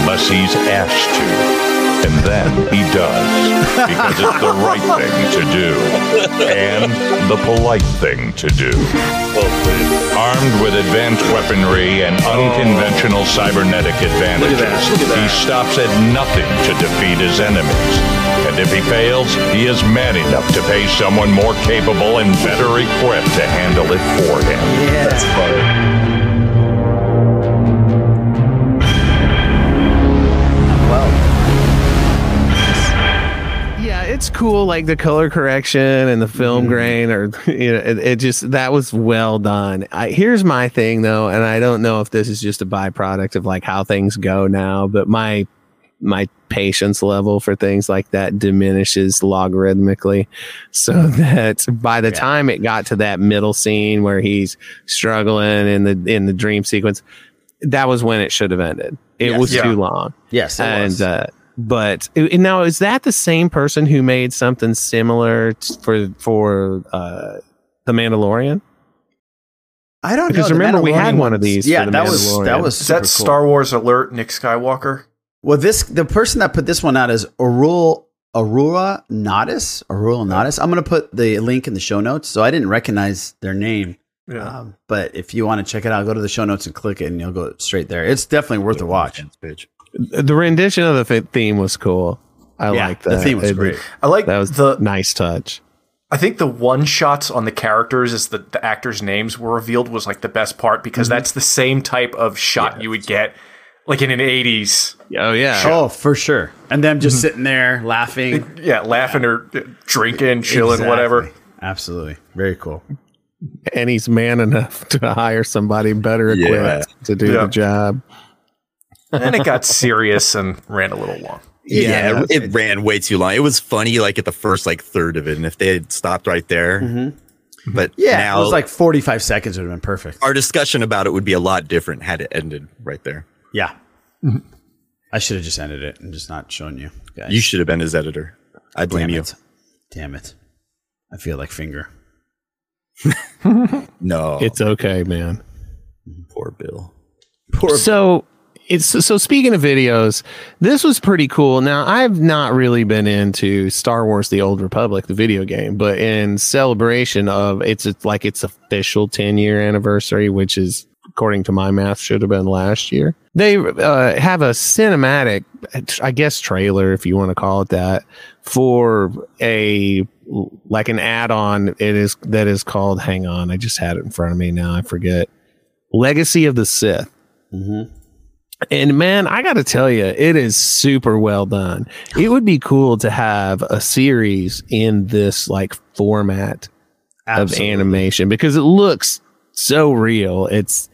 unless he's asked to. And then he does because it's the right thing to do and the polite thing to do. Armed with advanced weaponry and unconventional cybernetic advantages, he stops at nothing to defeat his enemies. And if he fails, he is man enough to pay someone more capable and better equipped to handle it for him.
That's
Yeah, it's cool. Like the color correction and the film
Mm-hmm.
grain, or you know, it, it just that was well done. I, here's my thing though, and I don't know if this is just a byproduct of like how things go now, but my my patience level for things like that diminishes logarithmically so that by the time it got to that middle scene where he's struggling in the in the dream sequence that was when it should have ended it
Yes.
was
Yeah.
too long
Yes, it
and
was.
uh but and now is that the same person who made something similar t- for for uh the mandalorian
I don't
Because
know. The
remember we had
Mandalorian
one of
ones-
these
Yeah,
for the
that was that
Mandalorian.
was
Is
super
that
cool.
Star Wars Alert? Nick Skywalker.
Well, this the person that put this one out is Arul Arura Natis. Arul Natis. I'm gonna put the link in the show notes. So I didn't recognize their name.
Yeah.
Um, but if you want to check it out, go to the show notes and click it, and you'll go straight there. It's definitely worth a watch.
the rendition of the f- theme was cool i
Yeah,
like
the
that
theme was
It-
great.
I like
that was
the-
nice touch
I think the one shots on the characters as the, the actors' names were revealed was like the best part because
Mhm.
that's the same type of shot you would get like in an 80s.
oh yeah
Oh, for sure. And them just sitting there laughing,
Mm-hmm. Yeah, laughing or uh, drinking, chilling,
Exactly.
whatever.
Absolutely, very cool.
and he's man enough to hire somebody better
Yeah.
equipped to do
Yeah.
the job
And then it got serious and ran a little long.
Yeah, it, it ran way too long. It was funny, like at the first like third of it, and if they had stopped right there, but
Yeah,
now
it was like 45 seconds would have been perfect.
our discussion about it would be a lot different had it ended right there.
Mm-hmm.
Yeah, I should have just ended it and just not shown you guys.
You should have been his editor. I blame
Damn
you.
it. Damn it. I feel like finger.
No,
It's okay, man.
poor Bill.
so it's so speaking of videos, this was pretty cool. Now I've not really been into Star Wars: The Old Republic, the video game, but in celebration of it's, it's like its official 10 year anniversary, which is according to my math should have been last year. They uh, have a cinematic, I guess, trailer if you want to call it that, for a like an add on. It is that is called. Hang on, I just had it in front of me now. I forget. Legacy of the Sith.
Mm-hmm.
And man, I got to tell you, it is super well done. It would be cool to have a series in this like format
Absolutely.
of animation because it looks so real. It's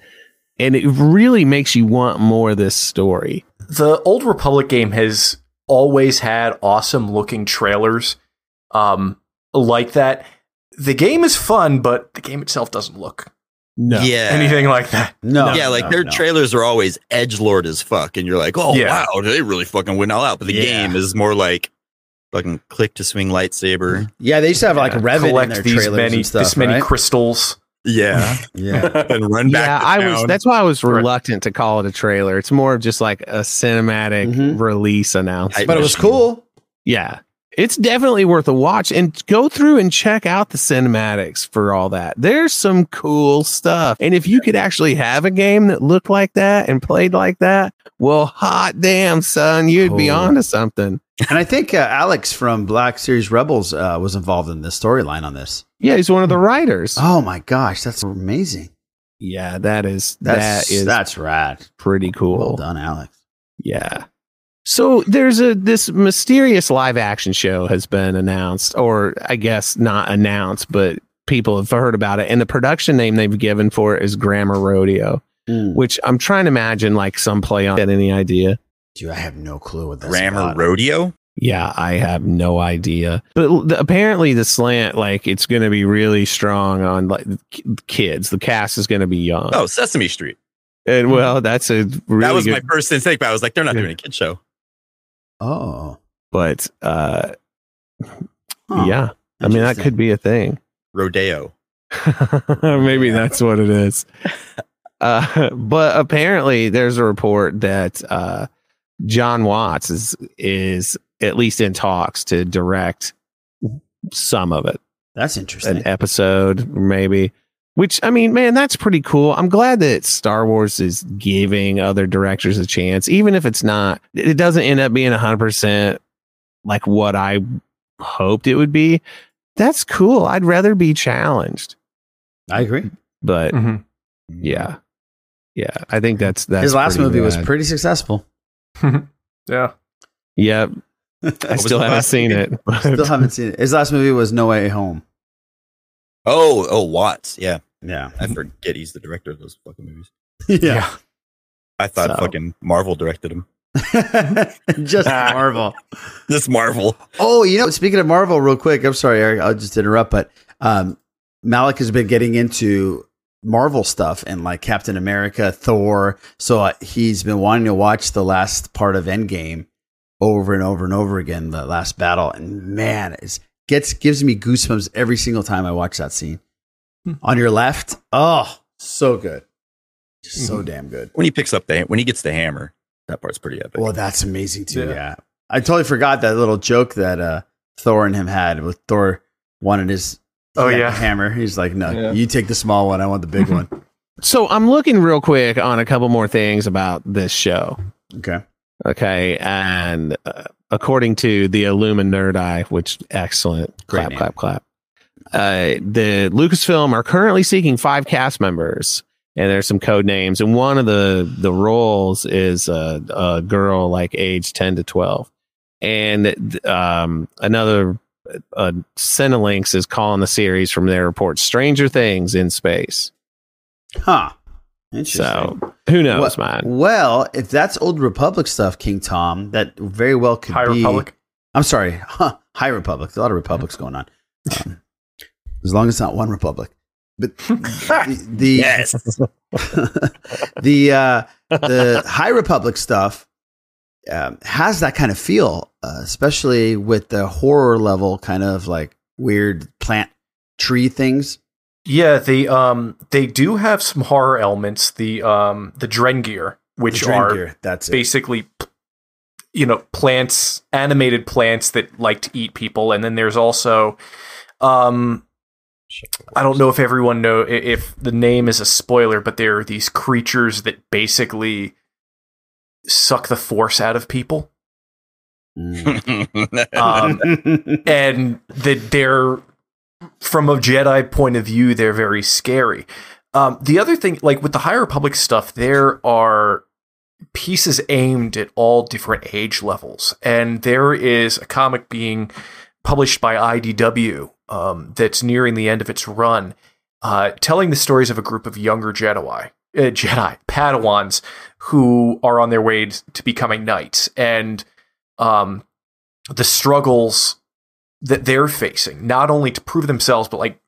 and it really makes you want more of this story.
the old republic game has always had awesome looking trailers um like that the game is fun but the game itself doesn't look
No.
Yeah.
anything like that
No.
yeah, like
no,
their
no.
trailers are always edge lord as fuck, and you're like, oh
Yeah.
wow, they really fucking went all out. But the
Yeah.
game is more like fucking click to swing lightsaber.
Yeah, they used to have like Revit in
collect
their
these
trailers
many
and stuff.
this many
right?
crystals
Yeah,
yeah.
and run back.
Yeah,
to
I
town.
was. That's why I was reluctant to call it a trailer. It's more of just like a cinematic
Mm-hmm.
release announcement.
But it was cool.
Yeah. It's definitely worth a watch and go through and check out the cinematics for all that. There's some cool stuff. And if you could actually have a game that looked like that and played like that, well, hot damn, son, you'd be
Cool.
onto something.
And I think uh, Alex from Black Series Rebels uh, was involved in the storyline on this.
Yeah, he's one of the writers.
Oh my gosh, that's amazing.
Yeah, that is
That's
that is
that's rad.
pretty
Well
cool.
done, Alex.
Yeah. So there's a this mysterious live action show has been announced, or I guess not announced, but people have heard about it. And the production name they've given for it is Grammar Rodeo,
Mm.
which I'm trying to imagine like some play on. Had any idea?
Dude, I have no clue what that's
Grammar
about.
rodeo.
Yeah, I have no idea. But l- the, apparently, the slant like it's going to be really strong on like k- kids. The cast is going to be young.
Oh, Sesame Street.
and well, that's a really
that was
good
my first instinct, but I was like, they're not doing a kid show.
Oh,
but uh
Huh.
yeah i mean that could be a thing
Rodeo.
maybe that's what it is uh but apparently there's a report that uh john watts is is at least in talks to direct some of it
that's interesting.
an episode maybe which i mean man that's pretty cool i'm glad that star wars is giving other directors a chance even if it's not it doesn't end up being 100% like what i hoped it would be that's cool i'd rather be challenged
I agree.
but
Mhm.
yeah yeah i think that's that's
His last
pretty
movie was
rad.
pretty successful.
yeah
yeah i
was
still
the
haven't
last
seen
movie?
it
Still haven't seen it. His last movie was No Way Home.
Oh, oh, Watts. Yeah,
Yeah.
I forget he's the director of those fucking movies.
Yeah.
I thought
So-
fucking Marvel directed him.
Just Marvel.
This Marvel.
Oh, you know, speaking of Marvel, real quick, I'm sorry, Eric, I'll just interrupt, but um, Malik has been getting into Marvel stuff and like Captain America, Thor. So uh, he's been wanting to watch the last part of Endgame over and over and over again, the last battle. And man, it gets gives me goosebumps every single time I watch that scene. On your left, oh, so good, Just so damn good.
When he picks up the when he gets the hammer, that part's pretty epic.
Well, that's amazing too. Yeah.
Yeah.
I totally forgot that little joke that uh, Thor and him had with Thor wanted his he
Oh,
had the
yeah.
hammer. He's like, no,
Yeah.
you take the small one. I want the big one.
so i'm looking real quick on a couple more things about this show
Okay.
Okay, and uh, according to the Illumin Nerd Eye, which excellent,
Great
clap,
name.
clap, clap. Uh, the Lucasfilm are currently seeking five cast members, and there's some code names. And one of the the roles is a, a girl like age ten to twelve, and um, another uh, Cinelinx is calling the series from their report "Stranger Things in Space."
Huh. Interesting.
So who knows,
well,
man?
well, if that's old Republic stuff, King Tom, that very well could
high
be.
republic
I'm sorry, huh, High Republic. A lot of republics going on. Um, as long as it's not one republic, but the the, the, uh, the High Republic stuff um, has that kind of feel, uh, especially with the horror level kind of like weird plant tree things.
Yeah, the um, they do have some horror elements. The um, the Drengir, which
The Drengir,
are
that's it.
basically, p- you know, plants, animated plants that like to eat people, and then there's also, um, I don't know if everyone know i- if the name is a spoiler, but there are these creatures that basically suck the force out of people.
Mm.
um, and that they're from a Jedi point of view, they're very scary. Um, the other thing, like with the High Republic stuff, there are pieces aimed at all different age levels, and there is a comic being published by IDW um, that's nearing the end of its run, uh, telling the stories of a group of younger Jedi. Uh, Jedi Padawans who are on their way to becoming knights, and um, the struggles that they're facing, not only to prove themselves, but like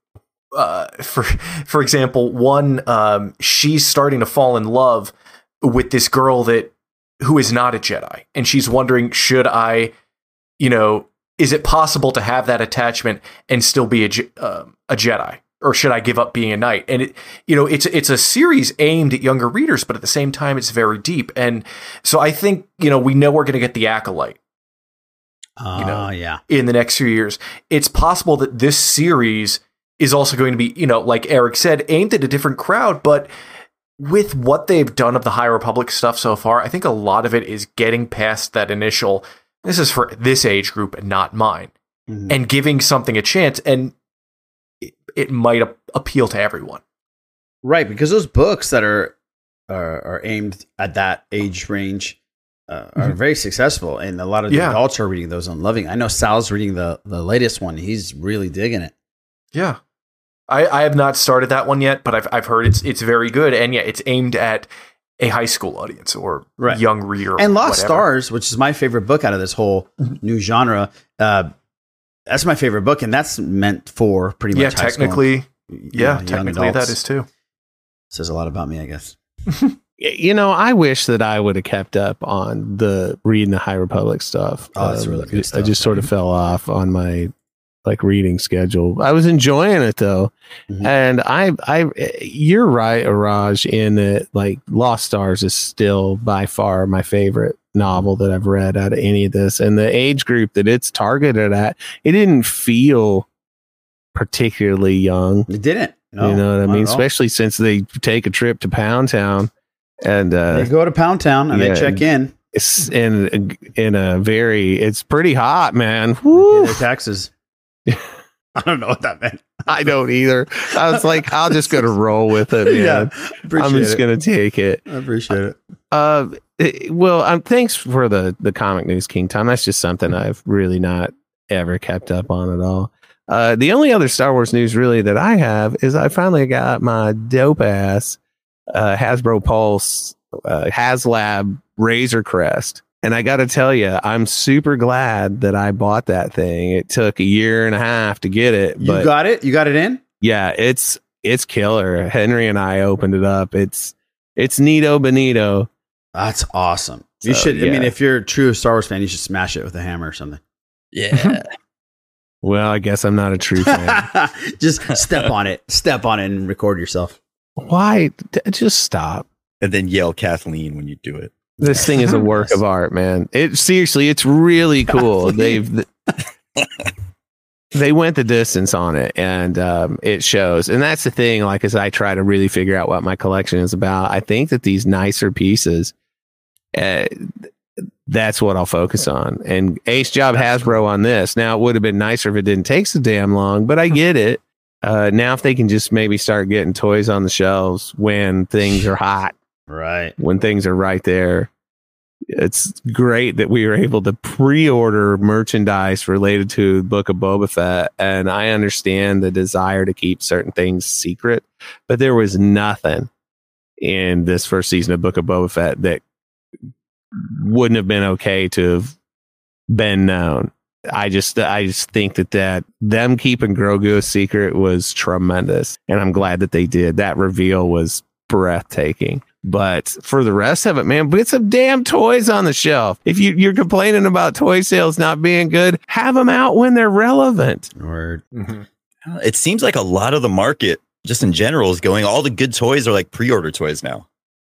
uh, for for example, one um, she's starting to fall in love with this girl that who is not a Jedi, and she's wondering should I, you know, is it possible to have that attachment and still be a Je- um a Jedi, or should I give up being a knight? And it, you know, it's it's a series aimed at younger readers, but at the same time, it's very deep, and so I think you know we know we're going to get the acolyte
Oh, yeah.
in the next few years. It's possible that this series is also going to be, you know, like Eric said, aimed at a different crowd, but with what they've done of the High Republic stuff so far, I think a lot of it is getting past that initial this is for this age group and not mine
Mm-hmm.
and giving something a chance and it, it might a- appeal to everyone.
Right, because those books that are are, are aimed at that age range uh, are
Mhm.
very successful, and a lot of the
Yeah.
adults are reading those and loving. it. I know Sal's reading the the latest one; he's really digging it.
Yeah. I, I have not started that one yet, but I've I've heard it's it's very good and yeah, it's aimed at a high school audience or
Right.
young reader or
and Lost
whatever. Mm-hmm.
Stars, which is my favorite book out of this whole new genre, uh, that's my favorite book, and that's meant for pretty much
yeah,
high school.
technically, yeah,
young
technically that
adults.
is too.
says a lot about me, I guess.
you know, I wish that I would have kept up on the reading the High Republic stuff. Um,
Oh, that's really good
I
stuff.
just sort of fell off on my like reading schedule. I was enjoying it though,
Mm-hmm.
and I, I, you're right, Araj, in that like Lost Stars is still by far my favorite novel that I've read out of any of this, and the age group that it's targeted at, it didn't feel particularly young.
It didn't. No,
you know what I
not
mean?
at all.
Especially since they take a trip to Pound Town and uh
They go to Pound Town and
yeah,
they check in.
It's in in a very it's pretty hot, man. Woo.
Their taxes. I don't know what that meant.
I don't either. I was like, I'll just gonna roll with it.
Yeah,
Man. I'm
appreciate
just
it.
gonna take it.
I appreciate it.
Uh, it- well, um, thanks for the the comic news, King Tom. That's just something I've really not ever kept up on at all. Uh, the only other Star Wars news really that I have is I finally got my dope ass uh, Hasbro Pulse uh, HasLab Razor Crest, and I got to tell you, I'm super glad that I bought that thing. It took a year and a half to get it,
You
but
got it. You got it in.
yeah, it's it's killer. Henry and I opened it up. It's it's neato bonito.
That's awesome. You
So,
should. I mean,
yeah.
if you're a true Star Wars fan, you should smash it with a hammer or something.
Yeah.
Well, I guess I'm not a true fan.
Just step on it. Step on it and record yourself.
Why? D- Just stop.
And then yell Kathleen when you do it.
This thing is a work of art, man. It seriously, it's really cool. They've they went the distance on it, and um, it shows. And that's the thing. Like, as I try to really figure out what my collection is about, I think that these nicer pieces, uh, that's what I'll focus on. And ace job Hasbro on this. Now it would have been nicer if it didn't take so damn long, but I get it. Uh, now if they can just maybe start getting toys on the shelves when things are hot,
Right.
when things are right there. It's great that we were able to pre-order merchandise related to Book of Boba Fett, and I understand the desire to keep certain things secret, but there was nothing in this first season of Book of Boba Fett that wouldn't have been okay to have been known. I just I just think that that them keeping Grogu a secret was tremendous, and I'm glad that they did. That reveal was breathtaking. But for the rest of it, man, put some damn toys on the shelf. If you, you're complaining about toy sales not being good, have them out when they're relevant.
Word. Mm-hmm.
Uh, It seems like a lot of the market, just in general, is going. All the good toys are like pre-order toys now.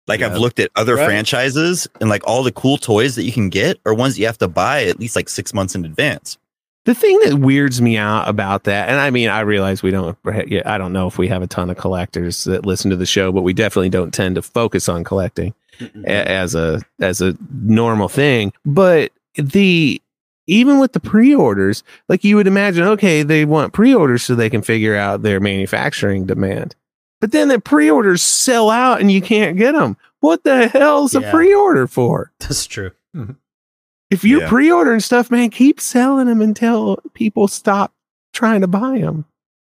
Like yeah. I've looked at other right. franchises, and like all the cool toys that you can get are ones you have to buy at least like six months in advance.
The thing that weirds me out about that, and I mean, I realize we don't, I don't know if we have a ton of collectors that listen to the show, but we definitely don't tend to focus on collecting mm-hmm. as a as a normal thing. But the even with the pre-orders, like you would imagine, okay, they want pre-orders so they can figure out their manufacturing demand. But then the pre-orders sell out and you can't get them. What the hell's yeah. a pre-order for?
That's true. Mm-hmm
if you're yeah. pre-ordering stuff, man, keep selling them until people stop trying to buy them.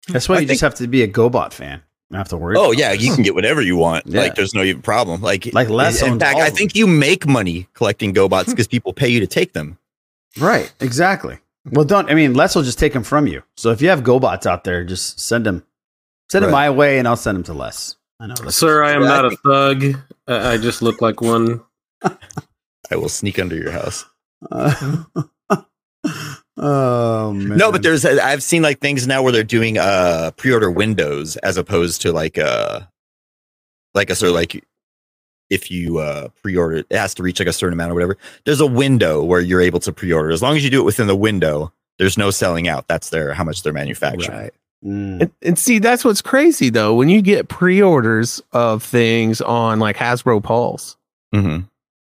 That's why I you think, just have to be a GoBot fan. Not have to worry.
Oh yeah, you can get whatever you want. Yeah. Like there's no even problem. Like
like less.
In fact, I think you make money collecting GoBots because people pay you to take them.
Right. Exactly. Well, don't. I mean, Les will just take them from you. So if you have GoBots out there, just send them. Send right. them my way, and I'll send them to Les.
I know. Sir, I am yeah, not I a thug. Uh, I just look like one.
I will sneak under your house.
Uh, oh man.
No, but there's I've seen like things now where they're doing uh pre-order windows as opposed to like uh like a sort of like if you uh pre-order it has to reach like a certain amount or whatever. There's a window where you're able to pre-order. As long as you do it within the window, there's no selling out. That's their how much they're manufacturing. Right.
Mm.
Mm-hmm.
And, and see, that's what's crazy though. When you get pre-orders of things on like Hasbro Pulse,
mm-hmm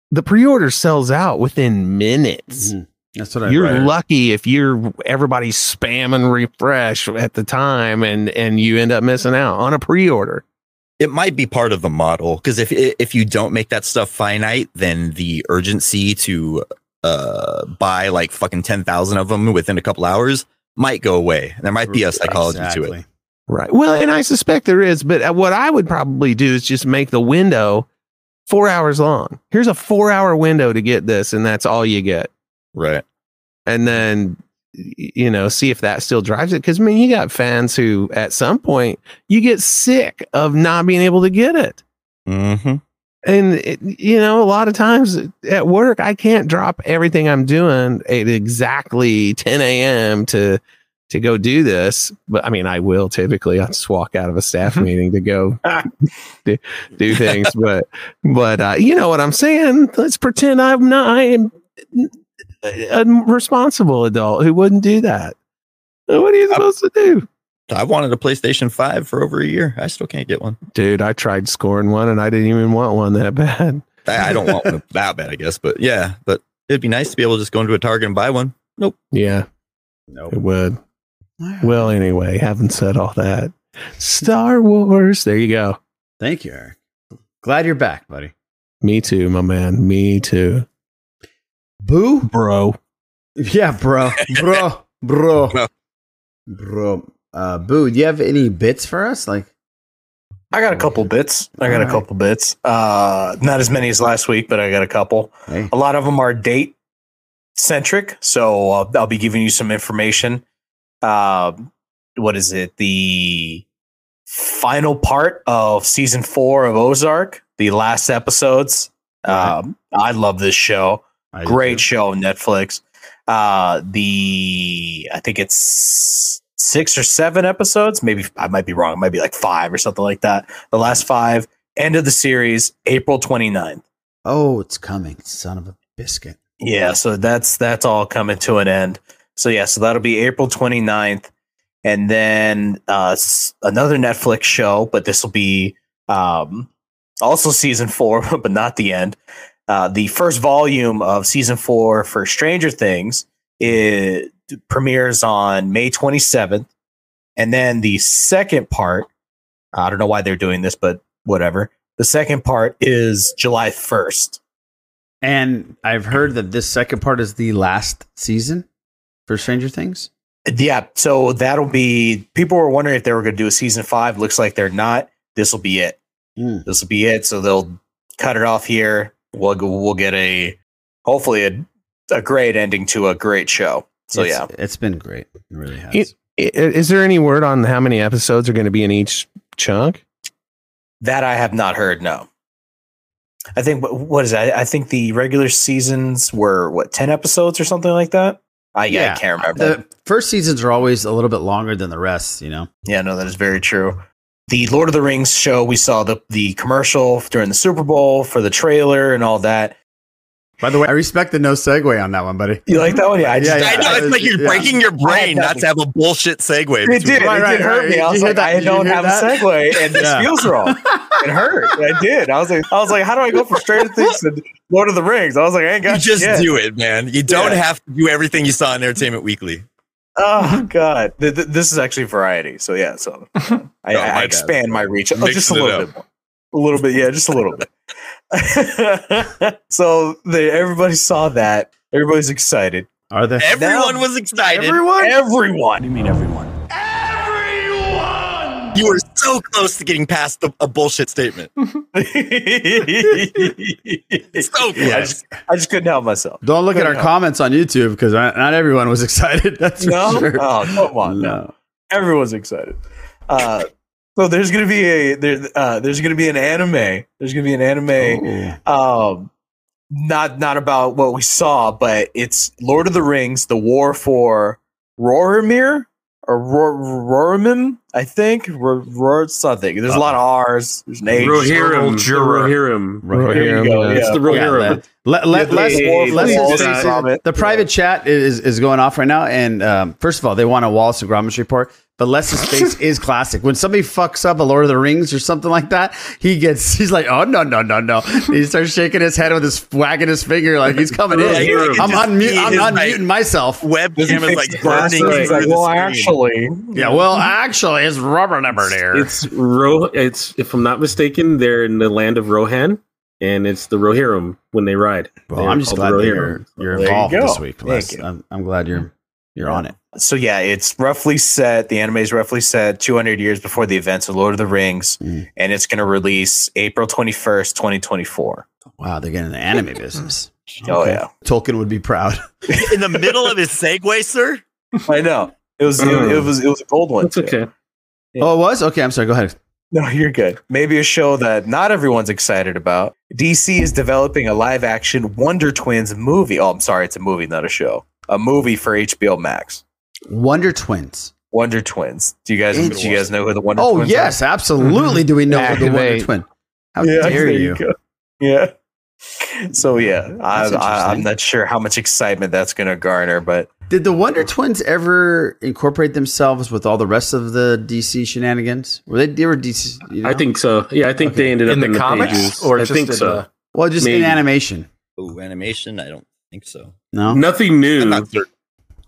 the pre-order sells out within minutes. Mm-hmm.
That's what I
you're
read.
lucky if you're everybody's spamming refresh at the time and and you end up missing out on a pre-order.
It might be part of the model because if if you don't make that stuff finite, then the urgency to uh, buy like fucking ten thousand of them within a couple hours might go away. There might be a psychology exactly. to it.
Right. Well, and I suspect there is, but uh, what I would probably do is just make the window four hours long. Here's a four hour window to get this, and that's all you get.
Right.
And then, you know, see if that still drives it. Cause I mean, you got fans who at some point you get sick of not being able to get it.
Mm-hmm.
And, it, you know, a lot of times at work, I can't drop everything I'm doing at exactly 10 a.m. to, to go do this, but I mean, I will typically. I just walk out of a staff meeting to go do, do, things, but but uh, you know what I'm saying. Let's pretend I'm not. I am a responsible adult who wouldn't do that. What are you supposed
I,
to do?
I wanted a PlayStation Five for over a year. I still can't get one,
dude. I tried scoring one, and I didn't even want one that bad.
I, I don't want one that bad, I guess, but yeah, but it'd be nice to be able to just go into a Target and buy one. Nope.
Yeah. Nope. It would. Well, anyway, haven't said all that. Star Wars. There you go.
Thank you, Eric. Glad you're back, buddy.
Me too, my man. Me too.
Boo,
bro.
Yeah, bro, bro, bro, bro. bro. Uh, Boo, do you have any bits for us? Like,
I got a couple bits. I got all a couple right. bits. Uh, not as many as last week, but I got a couple. Hey. A lot of them are date centric, so I'll, I'll be giving you some information uh, what is it? The final part of season four of Ozark, the last episodes. Yeah. Um, I love this show. I Great show on Netflix. Uh, the I think it's six or seven episodes. Maybe I might be wrong. It might be like five or something like that. The last five. End of the series, April 29th.
Oh, it's coming, son of a biscuit.
Yeah, so that's that's all coming to an end. So yeah, so that'll be April 29th. And then uh, another Netflix show, but this will be um, also season four, but not the end. Uh, the first volume of season four for Stranger Things it premieres on May 27th. And then the second part, I don't know why they're doing this, but whatever. The second part is July 1st.
And I've heard that this second part is the last season for Stranger Things?
Yeah, so that'll be. People were wondering if they were going to do a season five. Looks like they're not. This will be it.
Mm.
This will be it. So they'll cut it off here. We'll we'll get a hopefully a, a great ending to a great show. So
it's,
yeah,
it's been great. It really has.
It, is there any word on how many episodes are going to be in each chunk?
That I have not heard. No. I think what, what is it? I, I think the regular seasons were what ten episodes or something like that. I yeah, I can't remember.
The first seasons are always a little bit longer than the rest, you know.
Yeah, no, that is very true. The Lord of the Rings show, we saw the the commercial during the Super Bowl for the trailer and all that.
By the way, I respect the no segue on that one, buddy.
You like that one? Yeah, I,
just, yeah, yeah. I know. It's like you're yeah. breaking your brain not to have a bullshit segue.
It did. It, right, right, it hurt right. me. I was like, I don't have that? a segue, and this feels wrong. It hurt. I did. I was like, I was like, how do I go from Stranger Things to Lord of the Rings? I was like, I ain't got.
You just yet. do it, man. You don't have to do everything you saw in Entertainment Weekly.
Oh God, th- th- this is actually variety. So yeah, so I, oh, I, I expand God. my reach oh, just a little bit more a little bit yeah just a little bit so they, everybody saw that everybody's excited
are they
everyone now, was excited
everyone everyone
you mean everyone
everyone you were so close to getting past the, a bullshit statement
so close. I just, I, just, couldn't help myself
don't look
couldn't
at our help. comments on youtube because not everyone was excited that's
no?
for sure
oh come on no everyone's excited uh, so there's gonna be a there, uh, there's gonna be an anime. There's gonna be an anime. Um, not not about what we saw, but it's Lord of the Rings: The War for Roramir or Ror- Roramin, I think. Ror, Ror something. There's a lot of R's. There's an H.
Rohirrim. Rohirrim.
um, uh,
Rohirrim.
It's the Rohirrim. The private chat is is going off right now, and um, first of all, they want a Wallace and Gromit report. But Les's face is classic. When somebody fucks up a Lord of the Rings or something like that, he gets he's like, oh no no no no. He starts shaking his head with his wagging his finger like he's coming in. Like, I'm unmute. I'm unmuting like, myself.
Webcam is like burning.
Like, well, screen. actually,
yeah. Well, actually, it's rubber number there.
It's Ro. It's if I'm not mistaken, they're in the land of Rohan. And it's the Rohirrim when they ride.
Well, they're I'm just glad you're, you're involved you this week, Les. I'm, I'm glad you're you're on it.
So yeah, it's roughly set. The anime is roughly set 200 years before the events of Lord of the Rings, mm. and it's going to release April 21st, 2024.
Wow, they're getting the anime business.
Oh okay. yeah,
Tolkien would be proud.
In the middle of his segue, sir.
I know it was it, it was it was a gold one.
It's okay.
Yeah. Oh, it was okay. I'm sorry. Go ahead.
No, you're good. Maybe a show that not everyone's excited about. DC is developing a live action Wonder Twins movie. Oh, I'm sorry, it's a movie, not a show. A movie for HBO Max.
Wonder Twins.
Wonder Twins. Do you guys do you guys know who the Wonder
oh,
Twins
yes,
are?
absolutely. Do we know who the Wonder Twin? How yeah, dare you? you
yeah. So yeah, that's I, am not sure how much excitement that's going to garner, but
did the Wonder Twins ever incorporate themselves with all the rest of the DC shenanigans? Were they, they were DC?
You know? I think so. Yeah, I think okay. they ended
in
up
the in the comics, pages. or I think so. The,
well, just maybe. in animation.
Oh, animation? I don't think so.
No,
nothing new.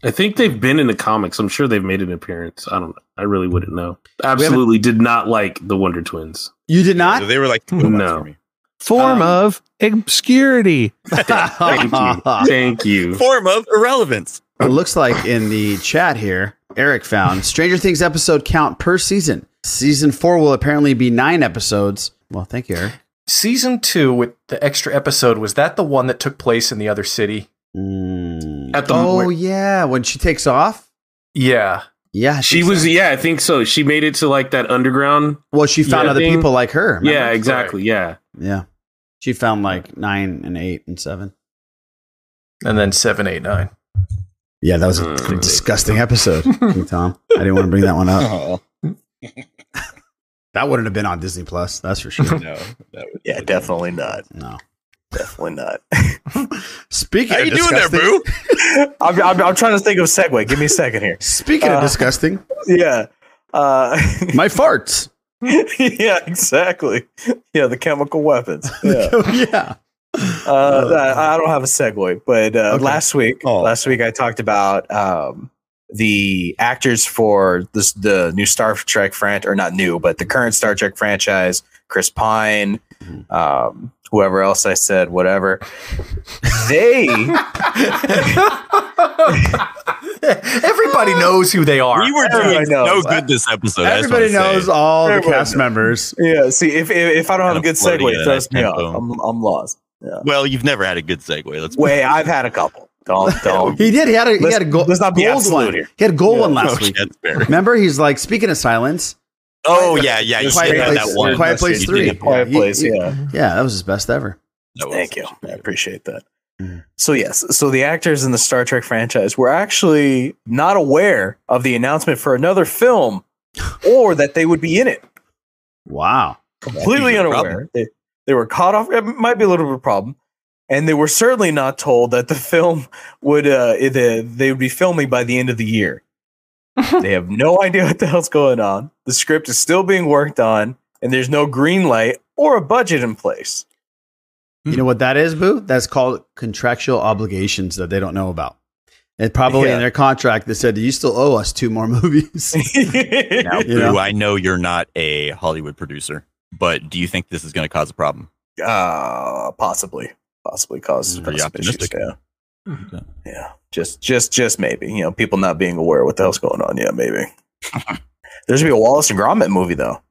I think they've been in the comics. I'm sure they've made an appearance. I don't. I really wouldn't know. Absolutely, did not like the Wonder Twins.
You did not.
Yeah, they were like
no. For
Form um, of obscurity.
Thank you. Thank you.
Form of irrelevance.
It looks like in the chat here, Eric found Stranger Things episode count per season. Season four will apparently be nine episodes. Well, thank you, Eric.
Season two with the extra episode was that the one that took place in the other city?
Mm. At the oh where, yeah, when she takes off.
Yeah,
yeah,
she was. So. Yeah, I think so. She made it to like that underground.
Well, she found yeah, other thing. people like her.
Remember? Yeah, exactly. Yeah,
yeah. She found like nine and eight and seven,
and then seven, eight, nine.
Yeah, that was a mm. disgusting episode, King Tom. I didn't want to bring that one up. that wouldn't have been on Disney Plus, that's for sure.
No, yeah, definitely not.
No.
Definitely not.
Speaking,
how you doing there, boo?
I'm, I'm, I'm, trying to think of a segue. Give me a second here.
Speaking uh, of disgusting,
yeah, uh,
my farts.
yeah, exactly. Yeah, the chemical weapons. Yeah.
Oh, yeah.
Uh, I, I don't have a segue, but okay. last week, oh. last week I talked about um, the actors for this, the new Star Trek franchise, or not new, but the current Star Trek franchise, Chris Pine, mm-hmm. um, whoever else I said, whatever. They
everybody knows who they are.
We were doing no good this episode.
Everybody knows say. all the everybody cast knows. members.
Yeah. See, if if, if I don't have a good segue, it throws me off. I'm I'm lost. Yeah.
Well, you've never had a good segue. Let's
wait. I've had a couple. Don't, don't.
he did. He had a let's, he had a gold.
Let's not be gold
one.
Here.
He had a gold yeah. one last oh, week. Remember, he's like speaking of silence.
Oh yeah, yeah. You
quiet place, that one. Quiet Place Three.
Quiet Place. Yeah.
Yeah, that was his best ever.
Thank you. I appreciate that. So yes, so the actors in the Star Trek franchise were actually not aware of the announcement for another film, or that they would be in it.
Wow!
Completely unaware. They, they were caught off. It might be a little bit of a problem, and they were certainly not told that the film would uh, the, they would be filming by the end of the year. they have no idea what the hell's going on. The script is still being worked on, and there's no green light or a budget in place.
Hmm.
You know what that is, Boo? That's called contractual obligations that they don't know about. And probably
Yeah.
in their contract they said, "You still owe us two more movies."
Now,
You know?
Boo, I know you're not a Hollywood producer, but do you think this is going to cause a problem?
Uh possibly, possibly cause,
Pretty
cause some issues.
optimistic.
Yeah. yeah, just, just, just maybe. You know, people not being aware what the hell's going on. Yeah, maybe. There's gonna be a Wallace and Gromit movie though.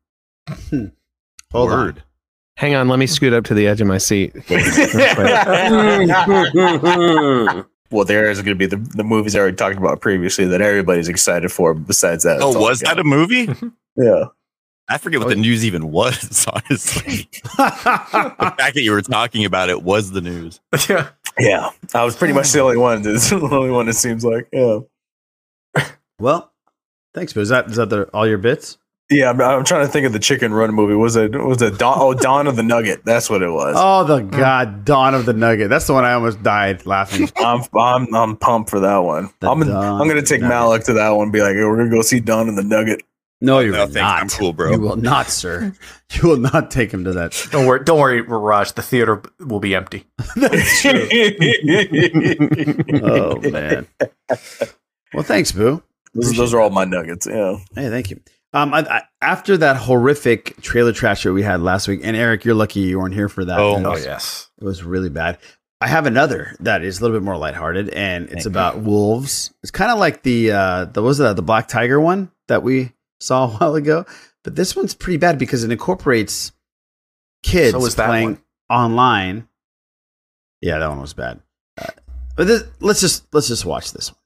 Hold
on. Hang on, let me scoot up to the edge of my seat.
well, there is going to be the, the movies I already talked about previously that everybody's excited for. Besides that,
oh, was that a movie?
yeah.
I forget what the news even was, honestly. the fact that you were talking about it was the news.
Yeah.
Yeah. I was pretty much the only one. That's the only one it seems like. Yeah.
Well, thanks, Boo. Is that is that the, all your bits?
Yeah, I'm, I'm trying to think of the Chicken Run movie. Was it was it Dawn, oh Dawn of the Nugget? That's what it was.
Oh, the god, Dawn of the Nugget. That's the one I almost died laughing.
I'm I'm I'm pumped for that one.
The
I'm
Dawn
I'm gonna
of
take
the Nugget.
Malik to that one. and Be like, hey, we're gonna go see Dawn of the Nugget.
No, you're
No, thanks.
not.
I'm cool, bro.
You will not, sir. You will not take him to that.
Don't worry, don't worry, Raj. The theater will be empty.
That's true. oh man. Well, thanks, Boo.
Those, those are all my nuggets. Yeah.
Hey, thank you. Um, I, I, after that horrific trailer trash that we had last week, and Eric, you're lucky you weren't here for that.
Oh,
It
oh,
was-
yes.
it was really bad. I have another that is a little bit more lighthearted, and it's about wolves. It's kind of like the uh, the what was that the black tiger one that we saw a while ago, but this one's pretty bad because it incorporates kids
So is that
playing
one.
online. Yeah, that one was bad. Uh, but this, let's just let's just watch this one.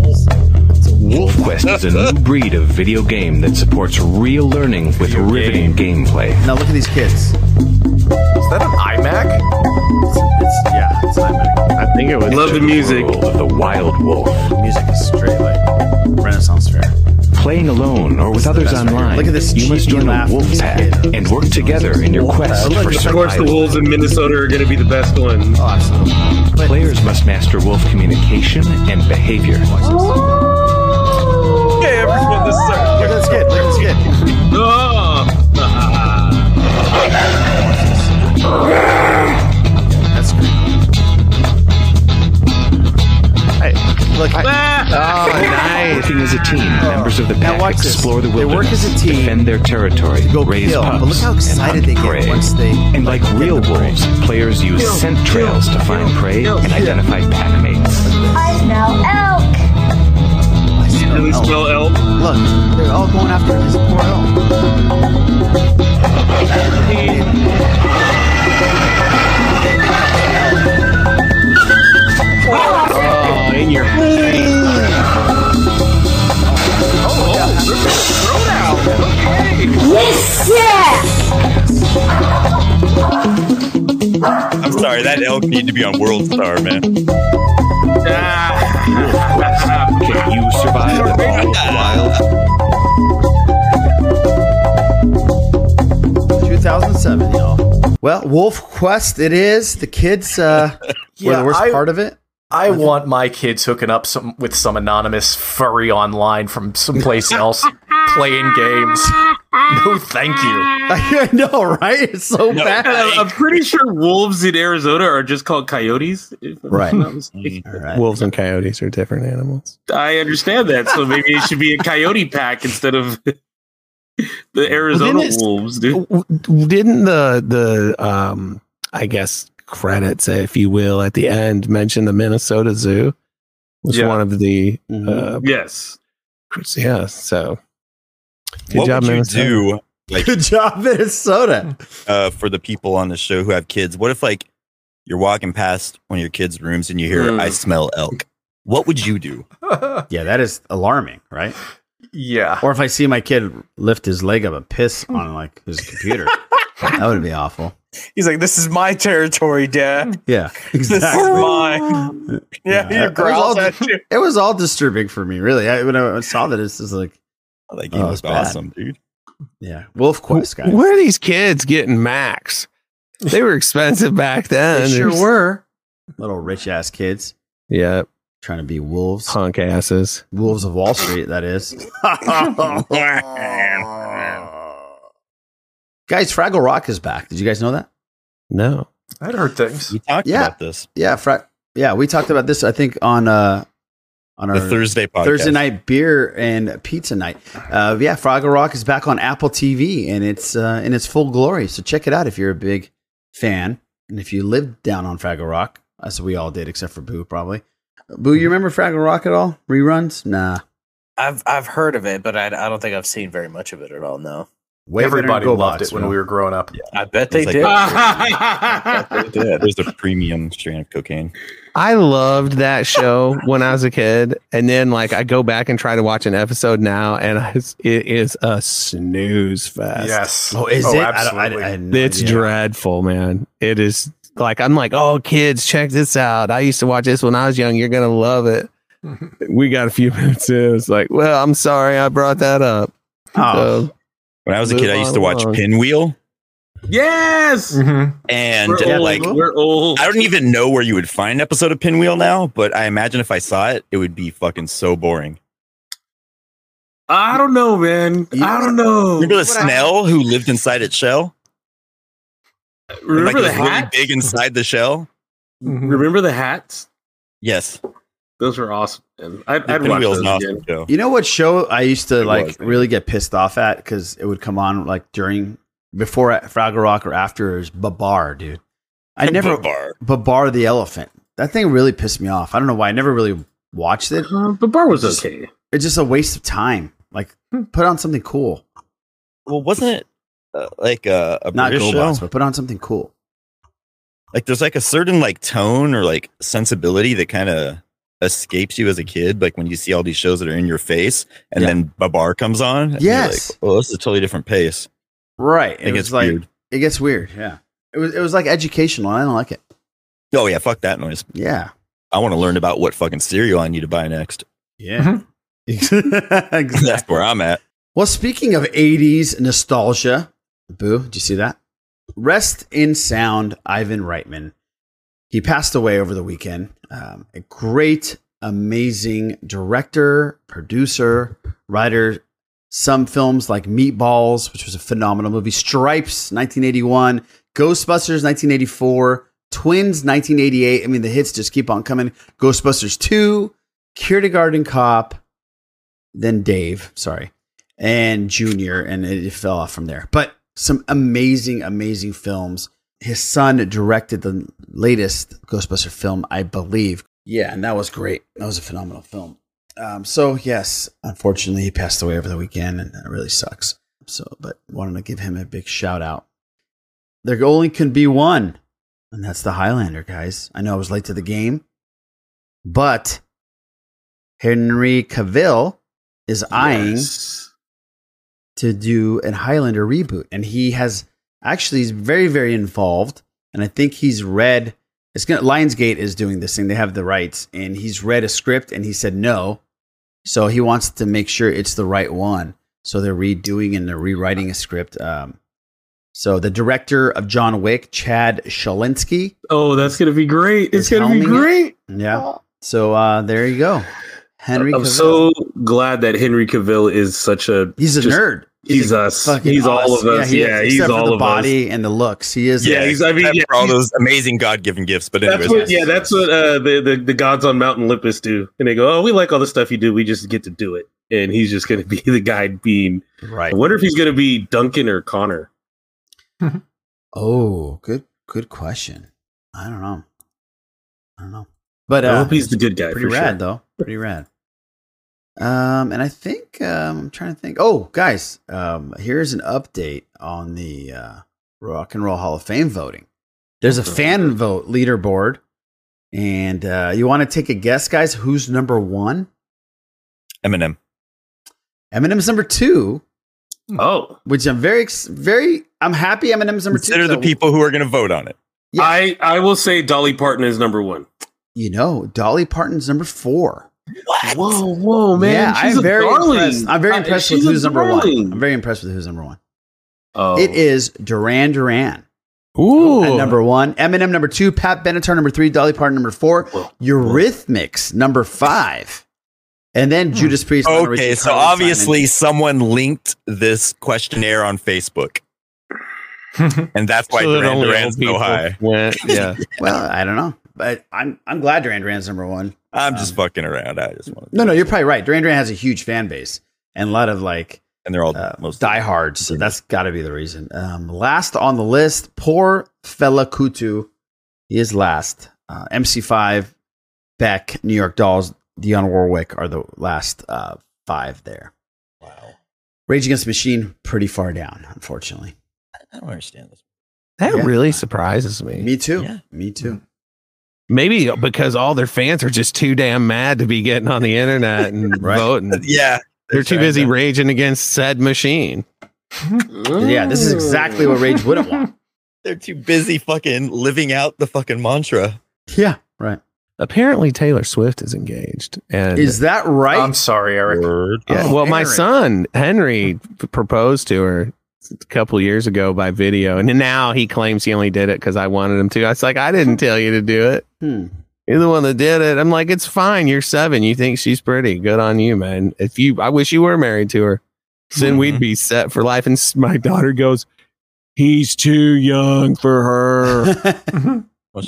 Wolf Quest is a new breed of video game that supports real learning with riveting gameplay.
Now look at these kids.
Is that an iMac?
It's, yeah, it's iMac.
I think it was.
Love the music.
World of the Wild Wolf.
The music is straight like Renaissance fair.
Playing alone or with others
best right here.
online,
Look at this
you must
cheeky
join a
laugh.
wolf pack and work together in your quest for
Of course, the
survival.
Wolves in Minnesota are going to be the best ones.
Oh,
absolutely.
Players must master wolf communication and behavior.
Hey, everyone, this is our-
Look at this kid. Look at this kid. That's great. Hey, look.
Working as a team, members of the
Now
pack
watch this.
explore the
They work
wilderness,
as a team
defend their territory,
go
raise
kill, but
pups,
look how excited
and hunt
they get
prey.
once they,
and like real wolves, players use scent trails to find prey and identify pack mates.
I smell elk.
I smell
Really
elk.
smell elk.
Look, they're all going after this poor elk.
Oh, in your face.
Yes, yeah.
I'm sorry, that elk need to be on World Star, man.
Can you survive the ball of the wild?
2007, y'all. Well, Wolf Quest, it is. The kids uh, were
Yeah,
the worst
I-
part of it.
I want my kids hooking up some with some anonymous furry online from someplace else playing games. No, thank you.
I know, right? It's so
No,
bad.
I- I'm pretty sure wolves in Arizona are just called coyotes. if I'm
Right.
not mistaken.
Wolves and coyotes are different animals.
I understand that. So maybe it should be a coyote pack instead of the Arizona
it's-
wolves, dude.
W- w- Didn't the the um I guess credits, if you will, at the end mention the Minnesota Zoo was
Yeah.
one of the uh,
Yes.
yeah. So good
what
job,
would you
Minnesota.
do like
Good job, Minnesota.
uh, for the people on the show who have kids? What if like you're walking past one of your kids' rooms
Hmm.
and you hear
Mm.
"I smell elk"? What would you do?
Yeah, that is alarming, right?
Yeah.
Or if I see my kid lift his leg up and piss on like his computer, that would be awful.
He's like, "This is my territory, Dad."
Yeah,
This is mine. Yeah,
Yeah.
you growls
it,
at
was all,
you.
it was all disturbing for me, really. I, when I saw that, it's just like,
That
oh,
game
it's
was
bad.
awesome, dude.
Yeah, Wolf Quest guys.
Where are these kids getting Macs? They were expensive back then.
They sure
There's-
were. Little rich ass kids
Yep.
trying to be wolves,
Punk asses.
wolves of Wall Street. That is, guys. Fraggle Rock is back. Did you guys know that?
No.
I'd heard things.
We talked
Yeah.
about this.
Yeah, fra- yeah. We talked about this. I think on uh on our
The Thursday podcast.
Thursday night beer and pizza night. Uh, yeah, Froggle Rock is back on Apple TV and it's uh, in its full glory. So check it out if you're a big fan and if you lived down on Froggle Rock, as we all did, except for Boo probably. Boo, you remember Fraggle Rock at all? Reruns? Nah.
I've I've heard of it, but I, I don't think I've seen very much of it at all. No,
Way better than
Everybody
Go
loved
Bots,
it when
bro.
we were growing up.
I bet they
It's like-
did.
"Ah,
Yeah, there's a premium strain of cocaine.
I loved that show when I was a kid, and then like I go back and try to watch an episode now, and I, it is a snooze fest.
Yes.
Oh, is it? I don't- I-
Absolutely.
I had no
it's
idea.
dreadful, man. It is like I'm like, oh, kids, check this out. I used to watch this when I was young. You're gonna love it. we got a few minutes in. It's like, well, I'm sorry I brought that up.
Oh.
So,
When I was a kid, I used to watch
Move on.
Pinwheel,
Yes.
and
We're old.
like
we're old.
I don't even know where you would find an episode of Pinwheel now, but I imagine if I saw it, it would be fucking so boring.
I don't know, man. I don't know.
Remember the snail who lived inside its shell? And,
Remember
like,
the
was really
hat?
big inside the shell?
Remember the hats?
Yes.
Those were awesome. man. I, I'd watch those
Pinwheel's an
again.
awesome show.
You know what show I used to like
was.
really get pissed off at because it would come on like during before Fraggle Rock or after is Babar, dude. I never
Babar.
Babar the elephant. That thing really pissed me off. I don't know why. I never really watched it.
Uh, but Bar was okay.
It's just a waste of time. Like put on something cool,
Well, wasn't it uh, like uh, a
not
British
GoBots,
show?
but put on something cool.
Like there's like a certain like tone or like sensibility that kind of escapes you as a kid. Like when you see all these shows that are in your face, and
Yeah.
then Babar comes on. and you're
Yes.
Like, oh, this is a totally different pace.
Right?
It
It was
gets
like
weird.
it gets weird. Yeah. It was it was like educational. and I don't like it.
Oh yeah, fuck that noise.
Yeah.
I want to learn about what fucking cereal I need to buy next.
Yeah.
That's where I'm at.
Well, speaking of 80s nostalgia, boo, did you see that? Rest in sound, Ivan Reitman. He passed away over the weekend. Um, a great, amazing director, producer, writer. Some films like Meatballs, which was a phenomenal movie, Stripes, 1981, Ghostbusters, 1984, Twins, 1988. I mean, the hits just keep on coming. Ghostbusters 2, Kindergarten Cop, then Dave, sorry, and Junior, and it, it fell off from there. But some amazing, amazing films. His son directed the latest Ghostbuster film, I believe. Yeah, and that was great. That was a phenomenal film. Um, so yes, unfortunately, he passed away over the weekend, and that really sucks. So, but wanted to give him a big shout out. There only can be one, and that's the Highlander, guys. I know I was late to the game, but Henry Cavill is eyeing
Yes.
to do a Highlander reboot, and he has actually is very very involved, and I think he's read. It's gonna Lionsgate is doing this thing; they have the rights, and he's read a script, and he said no, so he wants to make sure it's the right one. So they're redoing and they're rewriting a script. Um, so the director of John Wick, Chad Shalinsky,
Oh, that's gonna be great. It's
Is
gonna be
helming it.
great.
yeah. So uh, there you go, Henry.
I'm
Cavill.
so glad that Henry Cavill is such a
He's a
just-
nerd.
He's us.
fucking
He's all of us.
he is,
Yeah, he's
except for
all
the
of us.
body and the looks. He is.
Yeah, he's- I mean,
except
yeah,
for all
he's-
those amazing God given gifts. But anyways,
That's what, yeah, that's what uh, the, the the gods on Mount Olympus do, and they go, "Oh, we like all the stuff you do. We just get to do it." And he's just going to be the guy being.
right.
I wonder if he's going to be Duncan or Connor.
Oh, good, good question. I don't know. I don't know. But
I
uh,
hope he's the good guy.
pretty
For
rad
sure.
though. Pretty rad. Um, and I think um, I'm trying to think. Oh, guys, um, here's an update on the uh, Rock and Roll Hall of Fame voting. There's a fan vote leaderboard, and uh, you want to take a guess, guys, who's number one?
Eminem.
Eminem's number two.
Oh,
which I'm very, ex- very, I'm happy. Eminem's number
Consider
two.
the people who are going to vote on it.
Yeah. I I will say Dolly Parton is number one.
You know, Dolly Parton's number four.
What? Whoa, whoa, Oh, man!
yeah,
She's
I'm
a
very
darling.
impressed. I'm very
Uh,
impressed
she's
with
a
who's number one.
darling.
I'm very impressed with who's number one.
Oh.
It is Duran Duran.
Ooh.
At number one, Eminem number two, Pat Benatar number three, Dolly Parton number four, Eurythmics number five, and
Hmm.
then Judas Priest. Lionel
Okay,
Richie,
so
Carly Simon.
obviously someone linked this questionnaire on Facebook, and that's why
So that
Duran
only
Duran's
old
so
people
high.
went- yeah.
well, I don't know, but I'm I'm glad Duran Duran's number one.
I'm just fucking around. I just want,
No, no, you're probably right. Duran Duran has a huge fan base and a lot of like,
and they're all
most Uh, diehards. So that's got to be the reason. Um, last on the list, poor fella Kutu. He is last. Uh, MC5, Beck, New York Dolls, Dionne Warwick are the last uh, five there. Wow. Rage Against the Machine, pretty far down, unfortunately.
I don't understand this.
That really surprises me.
Me too. Me too.
Maybe because all their fans are just too damn mad to be getting on the internet and voting.
Yeah,
They're too
trying
busy
to-
raging against said machine. Mm.
Yeah, this is exactly what Rage wouldn't want.
They're too busy fucking living out the fucking mantra.
Yeah, right.
Apparently, Taylor Swift is engaged. And
Is that right?
I'm sorry, Eric.
Yeah,
Oh,
well, my
Eric.
son Henry p- proposed to her a couple years ago by video, and now he claims he only did it because I wanted him to. I was like, I didn't tell you to do it.
Hmm.
You're the one that did it. I'm like, it's fine. You're seven. You think she's pretty. Good on you, man. If you, I wish you were married to her. 'Cause Then we'd be set for life. And s- my daughter goes, he's too young for her.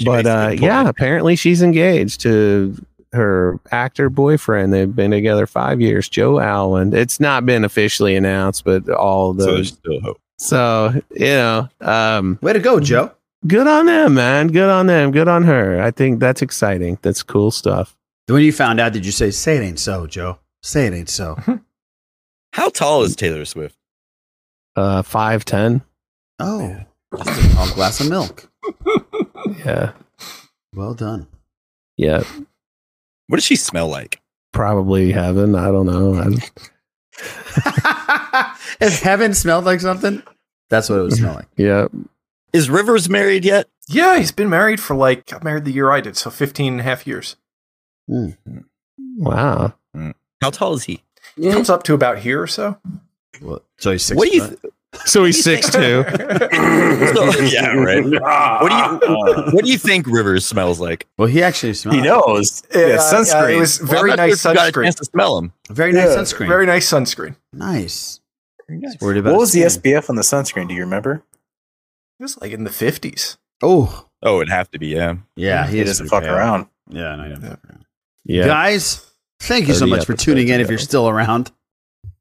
but uh, yeah, apparently she's engaged to her actor boyfriend. They've been together five years, Joe Allen. It's not been officially announced, but all
So
the
there's still hope.
so, you know, um,
way to go, Joe.
Good on them, man. Good on them. Good on her. I think that's exciting. That's cool stuff.
When you found out, did you say, say it ain't so, Joe? Say it ain't so.
How tall is Taylor Swift?
Uh, five ten.
Oh, just a tall glass of milk.
Yeah,
Well done.
yeah.
What does she smell like?
Probably heaven. I don't know. I-
If heaven smelled like something, that's what it would smell like.
yeah.
Is Rivers married yet?
Yeah, he's been married for like, got married the year I did, so 15 and a half years.
Wow.
How tall is he?
He comes up to about here or so.
Well, so he's six.
What do you?
foot.
So he's six two.
so, yeah, right. What do you? What do you think Rivers smells like?
Well, he actually smells.
He
Uh,
knows. Yeah, sunscreen.
it was
Well, I'm
very
not sure
nice
if you got a
sunscreen.
chance to smell him.
Very nice
Yeah.
sunscreen.
Very nice sunscreen.
nice.
nice.
Worried about
What was the
his skin.
SPF on the sunscreen? Do you remember?
It was like in the 50s.
Oh,
Oh, it'd have to be. Yeah.
yeah.
He doesn't fuck around.
Yeah, no, he doesn't fuck around.
Yeah.
Guys, thank you so
30
much for
episodes
tuning in. If
ago.
you're still around,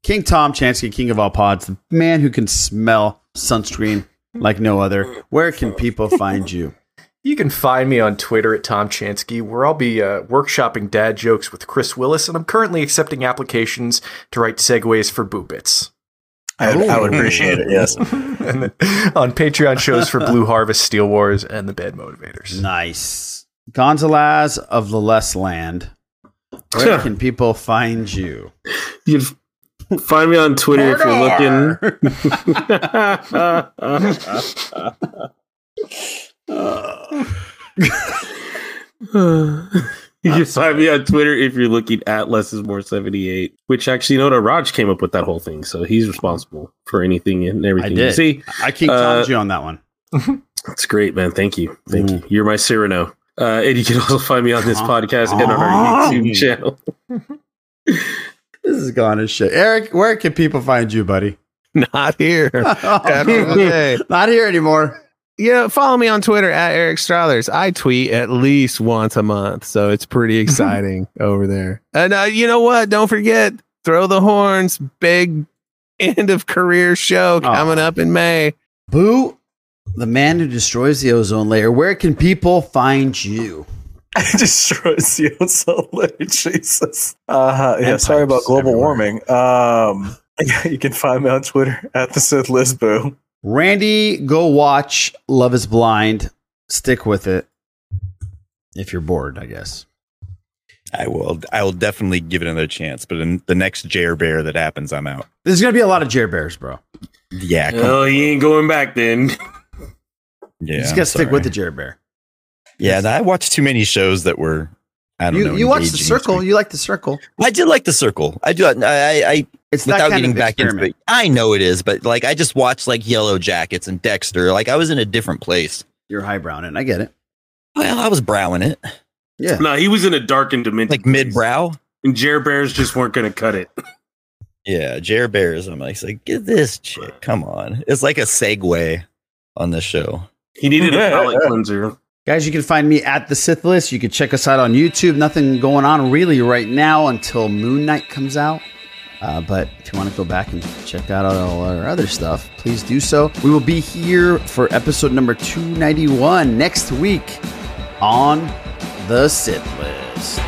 King Tom Chansky, King of All Pods, the man who can smell sunscreen like no other. Where can people find you?
You can find me on Twitter at Tom Chansky, where I'll be uh, workshopping dad jokes with Chris Willis, and I'm currently accepting applications to write segues for Boo Bits.
I would, I would appreciate it. Yes.
and then on Patreon shows for Blue Harvest, Steel Wars, and the Bad Motivators.
Nice. Gonzalez of the Less Land. Where can people find you?
You can find me on Twitter if you're looking. you can find me on Twitter if you're looking at less is more 78, which actually, no, no, Raj came up with that whole thing. So he's responsible for anything and
I
everything. You
did.
see,
I keep
Uh,
telling you on that one.
That's great, man. Thank you. Thank
Mm.
you. You're my Cyrano. Uh, and you can also find me on this podcast and on our YouTube channel.
This is gone as shit. Eric, where can people find you, buddy?
Not here. Happy day.
Not here anymore.
Yeah, follow me on Twitter at Eric Strothers. I tweet at least once a month, so it's pretty exciting over there. And uh, you know what? Don't forget, throw the horns, big end of career show coming up in May.
Boo, the man who destroys the ozone layer. Where can people find you?
I destroys the ozone layer. Jesus. Uh, yeah,
And
sorry about
pipes
global
everywhere.
warming. Um, you can find me on Twitter at the Sith Lisboo.
Randy, go watch Love is Blind. Stick with it. If you're bored, I guess.
I will. I will definitely give it another chance. But in the next Jer Bear that happens, I'm out.
There's gonna be a lot of Jer Bears, bro.
Yeah.
Oh, well, he ain't going back then.
Yeah.
You just gotta stick with the Jer Bear.
Yeah, I watched too many shows that were. I don't
you,
know.
You watched the
engaging.
Circle. You like the Circle.
I did like the Circle. I do. I. I, I
It's that
without
kind
getting
of
back into it,
experiment.
I know it is, but like I just watched like Yellow Jackets and Dexter. Like I was in a different place.
You're highbrowing it. and I get it.
Well, I was browing it.
Yeah.
No, he was in a darkened dimension.
Like mid brow.
And Jer Bears just weren't going to cut it.
Yeah, Jer Bears. I'm like, it's like, get this chick. Come on. It's like a segue on the show.
He needed a palate cleanser.
Guys, you can find me at the Sith List. You can check us out on YouTube. Nothing going on really right now until Moon Knight comes out. Uh, but if you want to go back and check out all our other stuff, please do so. We will be here for episode number 291 next week on the Sith List.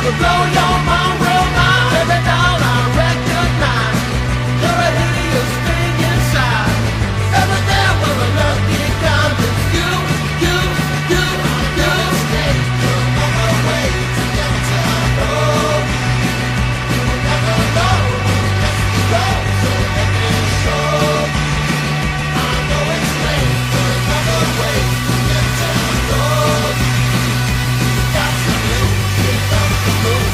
Blow your mind, will mind, every doll I recognize. You're a hideous thing inside. Ever there was a lucky time. It's you, you, you, you. Stay on my way together till I know. You will never know unless you go. So let me show. I know it's late, but another way to get to know. Got to do, get up and move.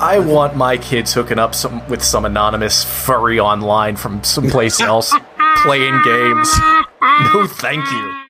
I want my kids hooking up some with some anonymous furry online from someplace else playing games. No, thank you.